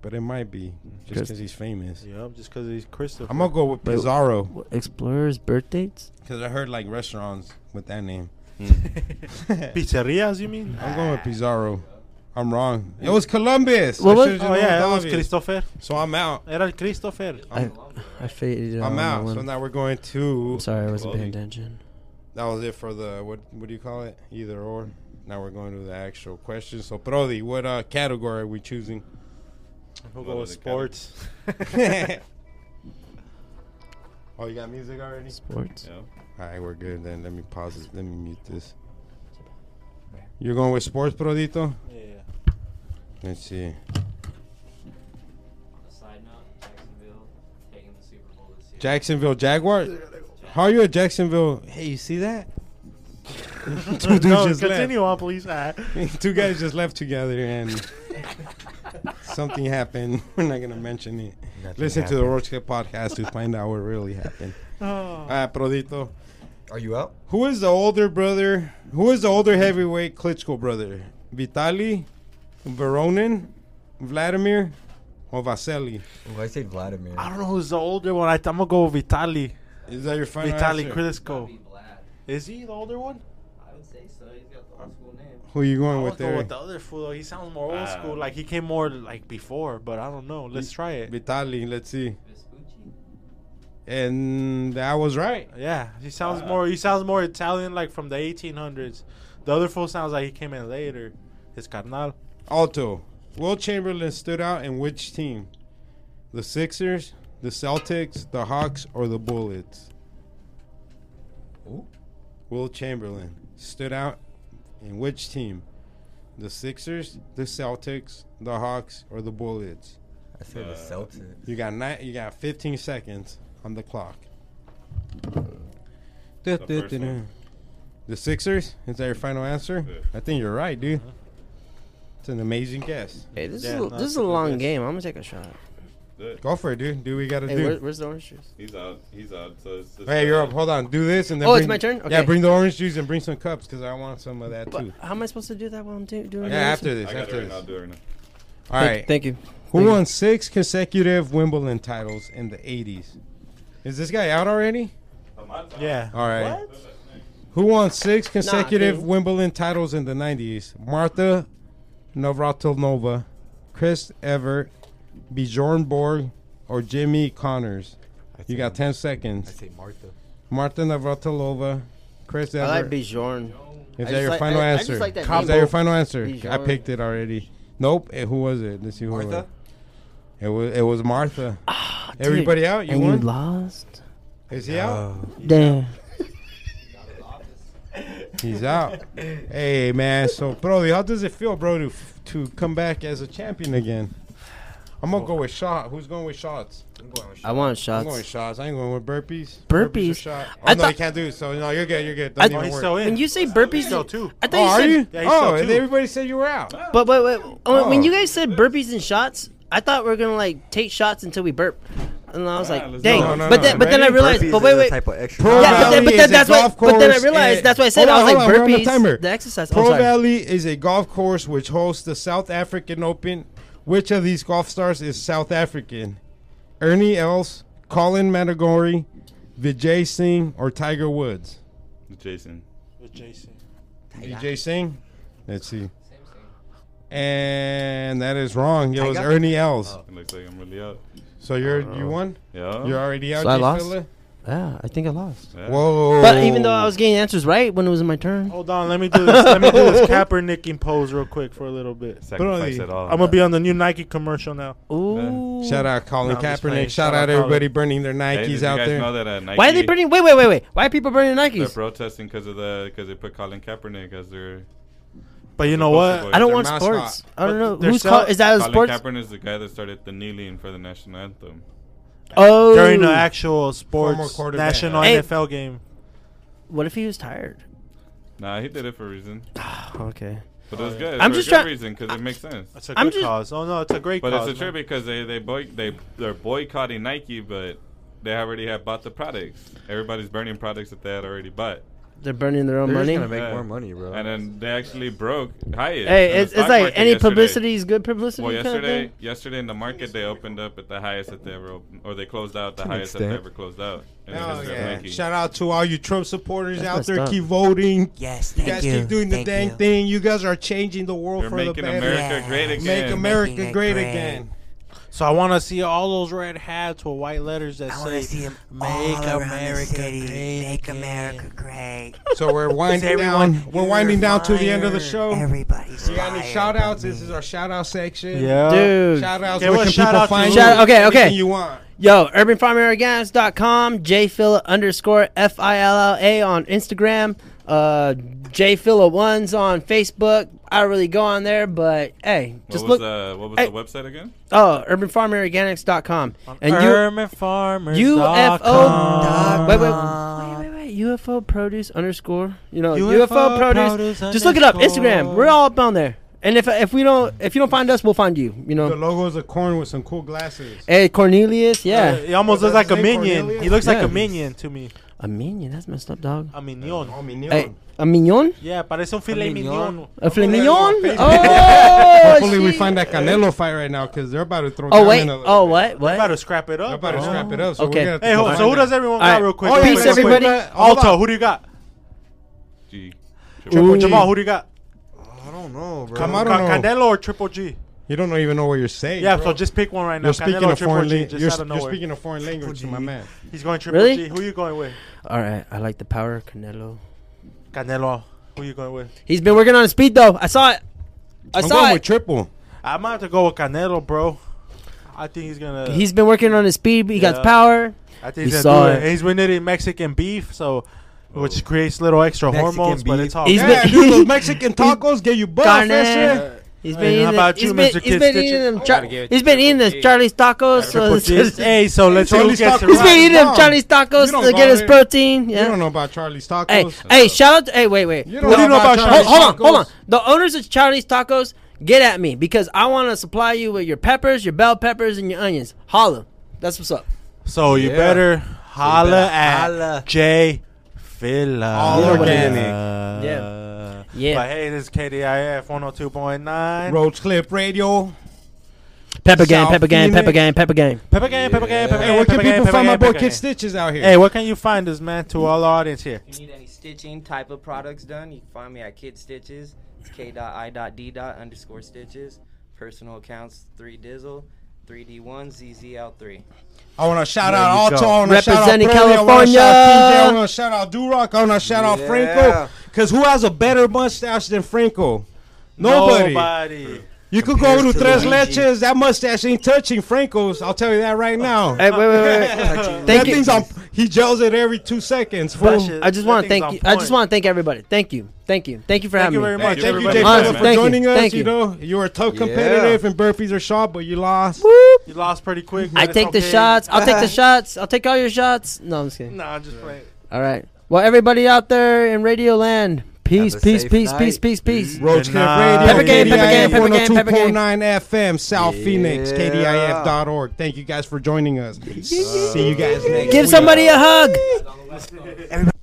[SPEAKER 2] but it might be just
[SPEAKER 3] Chris-
[SPEAKER 2] because he's famous.
[SPEAKER 5] Yep, just because he's Christopher.
[SPEAKER 2] I'm gonna go with Pizarro
[SPEAKER 3] What, Explorers' birth dates?
[SPEAKER 2] because I heard like restaurants with that name.
[SPEAKER 3] Hmm.
[SPEAKER 5] pizzerias. You mean?
[SPEAKER 2] I'm going with Pizarro. I'm wrong. It was Columbus. I
[SPEAKER 3] What was-
[SPEAKER 2] should've just
[SPEAKER 5] Oh
[SPEAKER 2] known
[SPEAKER 5] yeah, that was
[SPEAKER 2] obvious.
[SPEAKER 5] Christopher.
[SPEAKER 2] So I'm out.
[SPEAKER 5] Era Christopher.
[SPEAKER 3] I, I faded.
[SPEAKER 2] I'm
[SPEAKER 3] on that
[SPEAKER 2] out.
[SPEAKER 3] one.
[SPEAKER 2] So now we're going to.
[SPEAKER 3] I'm sorry, I wasn't paying
[SPEAKER 2] Chloe.
[SPEAKER 3] attention.
[SPEAKER 2] That was it for the what? What do you call it? Either or. Now we're going to the actual question. So Brody, what uh, category are we choosing?
[SPEAKER 5] Who
[SPEAKER 4] Go to
[SPEAKER 5] goes
[SPEAKER 4] the
[SPEAKER 5] sports?
[SPEAKER 2] oh, you got music already?
[SPEAKER 3] Sports.
[SPEAKER 4] Yeah.
[SPEAKER 2] All right, we're good then. Let me pause this. Let me mute this. You're going with sports, Brodito?
[SPEAKER 5] yeah.
[SPEAKER 2] Let's see.
[SPEAKER 10] Side note, Jacksonville taking the Super Bowl this year.
[SPEAKER 2] Jacksonville Jaguars. How are you at Jacksonville? Hey, you see that? Two dudes
[SPEAKER 5] no,
[SPEAKER 2] just left.
[SPEAKER 5] continue on, please. Ah.
[SPEAKER 2] Two guys just left together and something happened. We're not gonna mention it. Listen to the Roach Clip podcast to find out what really happened.
[SPEAKER 5] Oh.
[SPEAKER 2] Ah, Prodito.
[SPEAKER 1] Are you out?
[SPEAKER 2] Who is the older brother? Who is the older heavyweight Klitschko brother? Vitali, Veronin, Vladimir, or Vasily?
[SPEAKER 1] Oh, I say Vladimir.
[SPEAKER 5] I don't know who's the older one. I th- I'm gonna go with Vitali.
[SPEAKER 2] Is that your final
[SPEAKER 5] Vitali
[SPEAKER 2] answer?
[SPEAKER 5] Klitschko.
[SPEAKER 10] Be Vlad.
[SPEAKER 5] Is he the older one?
[SPEAKER 10] I would say so. He's got the old school name.
[SPEAKER 2] Who are you
[SPEAKER 5] I
[SPEAKER 2] going
[SPEAKER 5] would
[SPEAKER 2] with
[SPEAKER 5] go
[SPEAKER 2] there?
[SPEAKER 5] with the other fool. Though. He sounds more old school. Like he came more like before, but I don't know. Let's try it.
[SPEAKER 2] Vitali. Let's see.
[SPEAKER 10] Vespucci.
[SPEAKER 2] And I was right.
[SPEAKER 5] Yeah, he sounds more. He sounds more Italian, like from the 1800s. The other fool sounds like he came in later. His carnal.
[SPEAKER 2] Alto. Will Chamberlain stood out in which team? The Sixers, the Celtics, the Hawks, or the Bullets?
[SPEAKER 1] Ooh.
[SPEAKER 2] Will Chamberlain stood out in which team? The Sixers, the Celtics, the Hawks, or the Bullets?
[SPEAKER 1] I say the Celtics.
[SPEAKER 2] You got nine, you got 15 seconds on the clock.
[SPEAKER 4] first one.
[SPEAKER 2] The Sixers? Is that your final answer?
[SPEAKER 4] Yeah. Uh-huh.
[SPEAKER 2] I think you're right, dude. It's an amazing guess.
[SPEAKER 3] Hey, this
[SPEAKER 5] Yeah,
[SPEAKER 3] is a,
[SPEAKER 5] no,
[SPEAKER 3] this is
[SPEAKER 5] it's
[SPEAKER 3] a
[SPEAKER 5] a good
[SPEAKER 3] long
[SPEAKER 5] guess.
[SPEAKER 3] game. I'm gonna take a shot.
[SPEAKER 2] Go for it, dude. Do what we gotta
[SPEAKER 3] Hey,
[SPEAKER 2] do?
[SPEAKER 3] where, where's the orange juice?
[SPEAKER 4] He's out. He's out. So it's just,
[SPEAKER 2] Hey, you're up.
[SPEAKER 4] uh,
[SPEAKER 2] Hold on. Do this and then.
[SPEAKER 3] Oh, it's
[SPEAKER 2] bring-
[SPEAKER 3] my turn?
[SPEAKER 2] Yeah,
[SPEAKER 3] Okay.
[SPEAKER 2] bring the orange juice and bring some cups because I want some of that
[SPEAKER 3] But
[SPEAKER 2] too.
[SPEAKER 3] how am I supposed to do that while I'm do- doing?
[SPEAKER 2] Yeah,
[SPEAKER 3] the
[SPEAKER 2] after
[SPEAKER 3] rest?
[SPEAKER 2] this.
[SPEAKER 4] I got it
[SPEAKER 2] After
[SPEAKER 4] right
[SPEAKER 2] this.
[SPEAKER 4] now. I'll do it right now.
[SPEAKER 2] All
[SPEAKER 3] Thank-
[SPEAKER 2] right.
[SPEAKER 3] Thank you.
[SPEAKER 2] Who
[SPEAKER 3] thank you.
[SPEAKER 2] won six consecutive Wimbledon titles in the 80s? Is this guy out already?
[SPEAKER 4] I'm out.
[SPEAKER 5] Yeah.
[SPEAKER 2] All right. Who won six consecutive
[SPEAKER 3] dude.
[SPEAKER 2] Wimbledon titles in the 90s? Martha Navratilova, Chris Evert, Bjorn Borg, or Jimmy Connors? You got 10
[SPEAKER 1] I
[SPEAKER 2] seconds.
[SPEAKER 1] say Martha.
[SPEAKER 2] Martha Navratilova, Chris Evert.
[SPEAKER 3] I like Bijon.
[SPEAKER 2] Is
[SPEAKER 3] I
[SPEAKER 2] that
[SPEAKER 3] just
[SPEAKER 2] your
[SPEAKER 3] like-
[SPEAKER 2] final
[SPEAKER 3] I- I
[SPEAKER 2] answer?
[SPEAKER 3] just like that
[SPEAKER 2] Is
[SPEAKER 3] name.
[SPEAKER 2] that your final answer?
[SPEAKER 3] Bijan.
[SPEAKER 2] I picked it already. Nope. Eh, who was it? Let's see who it was.
[SPEAKER 1] Martha?
[SPEAKER 2] It was it was Martha. Everybody out. You
[SPEAKER 3] Ah, and
[SPEAKER 2] won.
[SPEAKER 3] you lost.
[SPEAKER 2] Is he out?
[SPEAKER 3] Damn.
[SPEAKER 2] He's out. hey man. So Brody, how does it feel, bro, to f- to come back as a champion again? I'm gonna go with shot. Who's going with shots?
[SPEAKER 1] I'm going with
[SPEAKER 3] I want
[SPEAKER 2] I'm going with
[SPEAKER 3] shots.
[SPEAKER 2] shots. I ain't going with burpees.
[SPEAKER 3] Burpees?
[SPEAKER 2] or shot. Oh
[SPEAKER 3] I
[SPEAKER 2] no, you
[SPEAKER 3] thought-
[SPEAKER 2] can't do it. So no, you're good. You're good.
[SPEAKER 3] I-
[SPEAKER 2] Don't
[SPEAKER 5] Oh,
[SPEAKER 2] even
[SPEAKER 5] he's
[SPEAKER 2] worry.
[SPEAKER 5] still in.
[SPEAKER 3] When you say burpees,
[SPEAKER 5] He's still two.
[SPEAKER 3] I thought
[SPEAKER 2] Oh, are
[SPEAKER 3] said,
[SPEAKER 2] you?
[SPEAKER 5] Yeah, he's
[SPEAKER 2] oh,
[SPEAKER 5] still
[SPEAKER 2] and
[SPEAKER 5] two.
[SPEAKER 2] everybody said you were out.
[SPEAKER 3] But wait, wait. oh,
[SPEAKER 2] Oh.
[SPEAKER 3] When you guys said burpees and shots, I thought we were gonna like take shots until we burp, and I was
[SPEAKER 4] Ah,
[SPEAKER 3] like,
[SPEAKER 4] let's
[SPEAKER 3] dang.
[SPEAKER 4] go. No,
[SPEAKER 2] no,
[SPEAKER 3] but
[SPEAKER 2] no.
[SPEAKER 3] then, but then I
[SPEAKER 2] Ready?
[SPEAKER 3] realized.
[SPEAKER 1] Burpees
[SPEAKER 3] but wait,
[SPEAKER 1] is a
[SPEAKER 3] wait.
[SPEAKER 1] type of
[SPEAKER 2] Pro
[SPEAKER 1] exercise.
[SPEAKER 3] Yeah, but
[SPEAKER 2] Valley
[SPEAKER 3] then, but
[SPEAKER 2] is
[SPEAKER 3] then
[SPEAKER 2] a
[SPEAKER 3] that's why.
[SPEAKER 2] golf
[SPEAKER 3] But then I
[SPEAKER 2] course
[SPEAKER 3] realized
[SPEAKER 2] and-
[SPEAKER 3] that's why I
[SPEAKER 2] Hold
[SPEAKER 3] said I
[SPEAKER 2] on,
[SPEAKER 3] was
[SPEAKER 2] hold
[SPEAKER 3] like
[SPEAKER 2] on, we're on the timer.
[SPEAKER 3] burpees. The exercise.
[SPEAKER 2] Pro
[SPEAKER 3] Oh, sorry.
[SPEAKER 2] Valley is a golf course which hosts the South African Open. Which of these golf stars is South African? Ernie Els, Colin Matagorey, Vijay Singh, or Tiger Woods?
[SPEAKER 4] Jason.
[SPEAKER 5] With Jason.
[SPEAKER 2] Vijay Singh? Let's see. And that is wrong. It was
[SPEAKER 1] Tiger?
[SPEAKER 2] Ernie Els.
[SPEAKER 4] It looks like I'm really out.
[SPEAKER 2] So you're you won?
[SPEAKER 4] Yeah.
[SPEAKER 2] You're already out,
[SPEAKER 3] So I
[SPEAKER 2] Jay
[SPEAKER 3] lost?
[SPEAKER 2] Fila?
[SPEAKER 3] Yeah, I think I lost.
[SPEAKER 4] Yeah.
[SPEAKER 2] Whoa.
[SPEAKER 3] But even though I was getting answers right when it was my turn,
[SPEAKER 5] Hold on. Let me do this. let me do this Kaepernicking pose real quick for a little bit.
[SPEAKER 4] Sacrifice at all.
[SPEAKER 5] I'm gonna be on the new Nike commercial now.
[SPEAKER 3] ooh.
[SPEAKER 2] Shout out Colin
[SPEAKER 5] No, I'm just
[SPEAKER 2] Kaepernick.
[SPEAKER 5] playing.
[SPEAKER 2] Shout,
[SPEAKER 5] Shout
[SPEAKER 2] out
[SPEAKER 5] out Colin.
[SPEAKER 2] everybody burning their
[SPEAKER 4] Hey, did
[SPEAKER 2] Nikes
[SPEAKER 4] you
[SPEAKER 2] out
[SPEAKER 4] guys
[SPEAKER 2] there.
[SPEAKER 4] know that uh, Nike,
[SPEAKER 3] Why are they burning? Wait, wait, wait, wait. Why are people burning
[SPEAKER 4] They're
[SPEAKER 3] Nikes?
[SPEAKER 4] protesting because of the because they put Colin Kaepernick as their
[SPEAKER 5] But you know
[SPEAKER 4] Both the
[SPEAKER 5] what?
[SPEAKER 4] boys.
[SPEAKER 3] I don't
[SPEAKER 4] They're
[SPEAKER 3] want
[SPEAKER 4] mascot.
[SPEAKER 3] sports. I don't
[SPEAKER 5] But
[SPEAKER 3] know
[SPEAKER 5] they're
[SPEAKER 3] who's
[SPEAKER 5] sell-
[SPEAKER 3] call- is that a
[SPEAKER 4] Colin
[SPEAKER 3] sports?
[SPEAKER 4] Kaepernick is the guy that started the kneeling for the national anthem.
[SPEAKER 3] Oh,
[SPEAKER 5] during the actual
[SPEAKER 2] Former
[SPEAKER 5] sports
[SPEAKER 2] quarterback.
[SPEAKER 5] national
[SPEAKER 3] Hey.
[SPEAKER 5] NFL game.
[SPEAKER 3] What if he was tired?
[SPEAKER 4] Nah, he did it for a reason.
[SPEAKER 3] Okay.
[SPEAKER 4] But it
[SPEAKER 2] Oh,
[SPEAKER 4] was good.
[SPEAKER 3] I'm
[SPEAKER 4] for
[SPEAKER 3] just
[SPEAKER 4] a good
[SPEAKER 3] try-
[SPEAKER 4] reason because it makes sense.
[SPEAKER 5] It's a
[SPEAKER 3] I'm
[SPEAKER 5] good
[SPEAKER 3] just-
[SPEAKER 5] cause. Oh no, it's a great
[SPEAKER 4] But
[SPEAKER 5] cause.
[SPEAKER 4] it's a trip
[SPEAKER 5] man.
[SPEAKER 4] because they they boy they they're boycotting Nike, but they already have bought the products. Everybody's burning products that they had already bought,
[SPEAKER 3] They're burning their own
[SPEAKER 1] They're just
[SPEAKER 3] money.
[SPEAKER 1] gonna make
[SPEAKER 4] Yeah.
[SPEAKER 1] more money, bro.
[SPEAKER 4] and uh, then they actually broke Hyatt. in
[SPEAKER 3] Hey,
[SPEAKER 4] the
[SPEAKER 3] it's,
[SPEAKER 4] stock
[SPEAKER 3] it's like
[SPEAKER 4] market
[SPEAKER 3] any
[SPEAKER 4] yesterday.
[SPEAKER 3] publicity is good publicity.
[SPEAKER 4] Well,
[SPEAKER 3] kind of
[SPEAKER 4] yesterday,
[SPEAKER 3] thing.
[SPEAKER 4] yesterday in the market they opened up at the highest that they ever opened, or they closed out the
[SPEAKER 1] To an
[SPEAKER 4] highest that they
[SPEAKER 1] extent.
[SPEAKER 4] ever closed out. in the
[SPEAKER 2] Oh,
[SPEAKER 4] history of
[SPEAKER 2] yeah.
[SPEAKER 4] Nike.
[SPEAKER 2] Shout out to all you Trump supporters
[SPEAKER 3] That's
[SPEAKER 2] out there.
[SPEAKER 3] messed up.
[SPEAKER 2] Keep voting.
[SPEAKER 6] Yes,
[SPEAKER 2] You
[SPEAKER 6] thank
[SPEAKER 2] guys
[SPEAKER 6] you.
[SPEAKER 2] keep doing the
[SPEAKER 6] thank
[SPEAKER 2] dang
[SPEAKER 6] you.
[SPEAKER 2] thing. You guys are changing the world
[SPEAKER 4] They're
[SPEAKER 2] for the
[SPEAKER 4] making
[SPEAKER 2] better.
[SPEAKER 4] America
[SPEAKER 6] Yeah.
[SPEAKER 4] great
[SPEAKER 6] Make
[SPEAKER 4] again.
[SPEAKER 2] Make
[SPEAKER 6] Making
[SPEAKER 2] America
[SPEAKER 6] it
[SPEAKER 2] great,
[SPEAKER 6] great.
[SPEAKER 2] again.
[SPEAKER 5] So I want to see all those red hats with white letters that
[SPEAKER 6] I want
[SPEAKER 5] say
[SPEAKER 6] to see them
[SPEAKER 5] "Make
[SPEAKER 6] all around
[SPEAKER 5] America
[SPEAKER 6] the city.
[SPEAKER 5] great
[SPEAKER 6] Make
[SPEAKER 5] again."
[SPEAKER 6] America great.
[SPEAKER 2] So we're winding down.
[SPEAKER 6] Everyone,
[SPEAKER 2] We're winding
[SPEAKER 6] you're
[SPEAKER 2] down to the end of the
[SPEAKER 6] fired.
[SPEAKER 2] show.
[SPEAKER 6] Everybody's
[SPEAKER 2] You got any
[SPEAKER 6] fired
[SPEAKER 2] shout outs?
[SPEAKER 6] but
[SPEAKER 2] This is our shout out section.
[SPEAKER 5] Yeah.
[SPEAKER 3] Dude,
[SPEAKER 2] Shout outs.
[SPEAKER 5] Okay,
[SPEAKER 2] Where
[SPEAKER 5] well,
[SPEAKER 2] can
[SPEAKER 5] shout
[SPEAKER 2] people
[SPEAKER 5] out to
[SPEAKER 2] find
[SPEAKER 5] Lou.
[SPEAKER 2] you?
[SPEAKER 3] Shout- okay, okay.
[SPEAKER 2] Anything you want.
[SPEAKER 3] yo, urbanfarmerorganics.com, jphilla underscore f i l l a on Instagram, uh, jphilla ones on Facebook. I don't really go on there, but hey,
[SPEAKER 4] What
[SPEAKER 3] just
[SPEAKER 4] was
[SPEAKER 3] look.
[SPEAKER 4] the what was
[SPEAKER 3] Hey.
[SPEAKER 4] the website again?
[SPEAKER 3] oh, urbanfarmerorganics.com and you.
[SPEAKER 5] Herman Farmers.
[SPEAKER 3] UFO.
[SPEAKER 5] dot com.
[SPEAKER 3] Wait, wait, wait, wait, wait. UFO produce underscore. You know, UFO,
[SPEAKER 5] UFO
[SPEAKER 3] produce.
[SPEAKER 5] produce
[SPEAKER 3] Just look it up.
[SPEAKER 5] underscore.
[SPEAKER 3] Instagram. We're all up on there. And if if we don't if you don't find us, we'll find you.
[SPEAKER 2] The
[SPEAKER 3] You know.
[SPEAKER 2] logo is a corn with some cool glasses.
[SPEAKER 3] Hey, Cornelius. Yeah.
[SPEAKER 5] Uh, he almost
[SPEAKER 2] Does
[SPEAKER 5] looks like
[SPEAKER 2] his
[SPEAKER 5] a
[SPEAKER 2] name
[SPEAKER 5] minion.
[SPEAKER 2] Cornelius?
[SPEAKER 5] He looks like
[SPEAKER 3] Yeah.
[SPEAKER 5] a minion to me.
[SPEAKER 3] a minion. That's messed up, dog.
[SPEAKER 5] A minion.
[SPEAKER 2] Oh, mignon.
[SPEAKER 3] Hey, a minion.
[SPEAKER 5] Yeah, parece un filet
[SPEAKER 9] mignon.
[SPEAKER 5] mignon.
[SPEAKER 3] A
[SPEAKER 2] Hopefully
[SPEAKER 3] filet mignon.
[SPEAKER 2] that's on
[SPEAKER 3] Oh.
[SPEAKER 2] Hopefully we
[SPEAKER 3] shit.
[SPEAKER 2] find that Canelo fight right now because they're about to throw.
[SPEAKER 3] Oh
[SPEAKER 2] down
[SPEAKER 3] wait.
[SPEAKER 2] in a little
[SPEAKER 3] Oh
[SPEAKER 2] bit.
[SPEAKER 3] what?
[SPEAKER 5] I'm about to
[SPEAKER 3] What?
[SPEAKER 5] scrap it up.
[SPEAKER 2] They're about to
[SPEAKER 5] bro.
[SPEAKER 2] scrap it up. So
[SPEAKER 3] Okay.
[SPEAKER 2] We're gonna
[SPEAKER 5] Hey,
[SPEAKER 2] have to
[SPEAKER 5] hold,
[SPEAKER 2] find
[SPEAKER 5] so who
[SPEAKER 2] out.
[SPEAKER 5] does everyone
[SPEAKER 3] All
[SPEAKER 5] got
[SPEAKER 3] right.
[SPEAKER 5] real quick?
[SPEAKER 3] Oh,
[SPEAKER 5] Real
[SPEAKER 3] Peace,
[SPEAKER 5] quick, real quick.
[SPEAKER 3] everybody.
[SPEAKER 5] Alto, who do you got?
[SPEAKER 4] G.
[SPEAKER 5] Triple G.
[SPEAKER 2] Ooh.
[SPEAKER 5] Jamal, who do you got?
[SPEAKER 1] I don't know, bro.
[SPEAKER 2] Come on. I
[SPEAKER 5] Ca-
[SPEAKER 2] don't know.
[SPEAKER 5] Candelo or Triple G?
[SPEAKER 2] You don't even know what you're saying.
[SPEAKER 5] Yeah,
[SPEAKER 2] bro.
[SPEAKER 5] so just pick one right now.
[SPEAKER 2] you're speaking
[SPEAKER 5] Candelo or
[SPEAKER 2] a
[SPEAKER 5] Triple
[SPEAKER 2] foreign
[SPEAKER 5] G,
[SPEAKER 2] language.
[SPEAKER 5] just
[SPEAKER 2] You're,
[SPEAKER 5] out of
[SPEAKER 2] you're
[SPEAKER 5] nowhere.
[SPEAKER 2] speaking a foreign language to my man.
[SPEAKER 5] He's going Triple
[SPEAKER 3] Really?
[SPEAKER 5] G. Who you going with?
[SPEAKER 3] All right. I like the power of Canelo.
[SPEAKER 5] Canelo. Who you going with?
[SPEAKER 3] He's been working on his speed though. I saw it. I
[SPEAKER 2] I'm
[SPEAKER 3] saw
[SPEAKER 2] going
[SPEAKER 3] it.
[SPEAKER 2] with triple.
[SPEAKER 5] I might have to go with Canelo, bro. I think he's gonna.
[SPEAKER 3] He's been working on his speed. But he
[SPEAKER 5] Yeah.
[SPEAKER 3] got power.
[SPEAKER 5] I think
[SPEAKER 3] he
[SPEAKER 5] he's
[SPEAKER 3] saw
[SPEAKER 5] gonna do
[SPEAKER 3] it.
[SPEAKER 5] it. And He's been eating Mexican beef, so which creates little extra
[SPEAKER 1] Mexican
[SPEAKER 5] hormones, but
[SPEAKER 1] beef.
[SPEAKER 5] it's all.
[SPEAKER 3] He's
[SPEAKER 5] good.
[SPEAKER 2] yeah,
[SPEAKER 3] been-
[SPEAKER 2] dude, those Mexican tacos get you buff.
[SPEAKER 3] Carne.
[SPEAKER 2] that's it.
[SPEAKER 3] He's
[SPEAKER 5] Hey,
[SPEAKER 3] been
[SPEAKER 5] how
[SPEAKER 3] eating.
[SPEAKER 5] about you,
[SPEAKER 3] he's been,
[SPEAKER 5] Mr.
[SPEAKER 3] he's
[SPEAKER 5] Kid
[SPEAKER 3] been
[SPEAKER 5] Stitcher?
[SPEAKER 3] eating them.
[SPEAKER 9] I gotta
[SPEAKER 3] Char-
[SPEAKER 9] give it to
[SPEAKER 3] he's been
[SPEAKER 9] Triple
[SPEAKER 3] eating them
[SPEAKER 9] G.
[SPEAKER 3] Charlie's tacos. So
[SPEAKER 5] Triple G.
[SPEAKER 3] he's
[SPEAKER 5] Hey, so let's see who
[SPEAKER 2] Charlie's
[SPEAKER 5] gets it
[SPEAKER 2] tacos.
[SPEAKER 5] right.
[SPEAKER 3] been eating them
[SPEAKER 2] Wow.
[SPEAKER 3] Charlie's
[SPEAKER 2] You
[SPEAKER 3] tacos
[SPEAKER 2] don't
[SPEAKER 3] to get his
[SPEAKER 2] bother.
[SPEAKER 3] protein.
[SPEAKER 2] You don't
[SPEAKER 3] Yeah.
[SPEAKER 2] know about Charlie's tacos.
[SPEAKER 3] Hey, hey, shout out to hey, wait, wait.
[SPEAKER 2] You
[SPEAKER 3] No,
[SPEAKER 2] don't know about
[SPEAKER 3] hold-
[SPEAKER 2] Charlie's
[SPEAKER 3] hold on, hold on.
[SPEAKER 2] Tacos.
[SPEAKER 3] The owners of Charlie's Tacos, get at me because I want to supply you with your peppers, your bell peppers, and your onions. Holla, that's what's up.
[SPEAKER 5] So you
[SPEAKER 1] Yeah.
[SPEAKER 5] better holla at
[SPEAKER 1] holla.
[SPEAKER 5] Jay Filla.
[SPEAKER 2] All organic.
[SPEAKER 5] Yeah.
[SPEAKER 3] Yeah.
[SPEAKER 5] But hey, this is KDIF 102.9.
[SPEAKER 2] Roads Clip Radio.
[SPEAKER 3] Pepper
[SPEAKER 2] South
[SPEAKER 3] game, pepper game,
[SPEAKER 2] Phoenix.
[SPEAKER 3] pepper game, pepper game.
[SPEAKER 5] Pepper game, pepper game, pepper
[SPEAKER 2] Hey,
[SPEAKER 5] game.
[SPEAKER 2] where can
[SPEAKER 5] pepper game,
[SPEAKER 2] people
[SPEAKER 5] pepper
[SPEAKER 2] find
[SPEAKER 5] game,
[SPEAKER 2] my boy
[SPEAKER 5] pepper
[SPEAKER 2] Kid
[SPEAKER 5] game.
[SPEAKER 2] Stitches out here?
[SPEAKER 5] Hey, where can you find us, man, to all our audience here?
[SPEAKER 9] If you need any stitching type of products done, you can find me at Kid Stitches. It's K.I.D. underscore stitches. Personal accounts 3Dizzle, 3D1ZZL3.
[SPEAKER 2] I want to shout
[SPEAKER 5] There
[SPEAKER 2] out
[SPEAKER 5] you
[SPEAKER 2] Alto.
[SPEAKER 5] go.
[SPEAKER 2] I want to shout out
[SPEAKER 3] Representing
[SPEAKER 2] Brody, I want to shout out
[SPEAKER 3] California.
[SPEAKER 2] PJ. I want to shout out Durock. I want to shout out
[SPEAKER 9] Yeah.
[SPEAKER 2] Franco. Because who has a better mustache than Franco? Nobody.
[SPEAKER 5] Nobody.
[SPEAKER 2] You could go to
[SPEAKER 9] to
[SPEAKER 2] Tres
[SPEAKER 9] Luigi.
[SPEAKER 2] Leches. That mustache ain't touching Franco's. I'll tell you that right now.
[SPEAKER 3] Hey, wait, wait, wait.
[SPEAKER 1] Touching
[SPEAKER 3] Thank
[SPEAKER 2] that
[SPEAKER 3] you.
[SPEAKER 2] thing's on. He gels it every two seconds. Fool.
[SPEAKER 5] That
[SPEAKER 2] Hey,
[SPEAKER 5] shit-
[SPEAKER 3] I just
[SPEAKER 5] that
[SPEAKER 3] want to
[SPEAKER 5] thing's
[SPEAKER 3] thank
[SPEAKER 5] on
[SPEAKER 3] you. I just
[SPEAKER 5] point.
[SPEAKER 3] want to thank everybody. Thank you, thank you, thank you for
[SPEAKER 5] Thank you
[SPEAKER 3] having
[SPEAKER 5] very
[SPEAKER 3] me.
[SPEAKER 5] much.
[SPEAKER 2] thank you,
[SPEAKER 4] everybody.
[SPEAKER 2] Jay,
[SPEAKER 4] Honestly,
[SPEAKER 2] for
[SPEAKER 3] thank you.
[SPEAKER 2] joining us.
[SPEAKER 3] Thank
[SPEAKER 2] You.
[SPEAKER 3] you.
[SPEAKER 2] know, you were tough
[SPEAKER 1] Yeah.
[SPEAKER 2] competitive in burpees or shot, but you lost.
[SPEAKER 5] You lost pretty quick. but
[SPEAKER 3] I
[SPEAKER 5] it's
[SPEAKER 3] take the
[SPEAKER 5] okay.
[SPEAKER 3] shots. I'll take the shots. I'll take all your shots. No, I'm just kidding.
[SPEAKER 5] Nah, I'm just playing.
[SPEAKER 3] All right. Well, everybody out there in Radio Land, peace,
[SPEAKER 1] Have a
[SPEAKER 3] peace,
[SPEAKER 1] safe
[SPEAKER 3] peace,
[SPEAKER 1] night.
[SPEAKER 3] peace, peace, peace.
[SPEAKER 2] Roach
[SPEAKER 5] Good
[SPEAKER 2] Clip
[SPEAKER 5] night.
[SPEAKER 2] Radio,
[SPEAKER 3] Pepper game, pepper game, pepper game, pepper game.
[SPEAKER 2] 102.9 FM, South Phoenix,
[SPEAKER 1] Yeah.
[SPEAKER 2] KDIF.org. Thank you guys for joining us. See you guys next
[SPEAKER 3] Give
[SPEAKER 2] week.
[SPEAKER 3] somebody a hug.
[SPEAKER 6] Everybody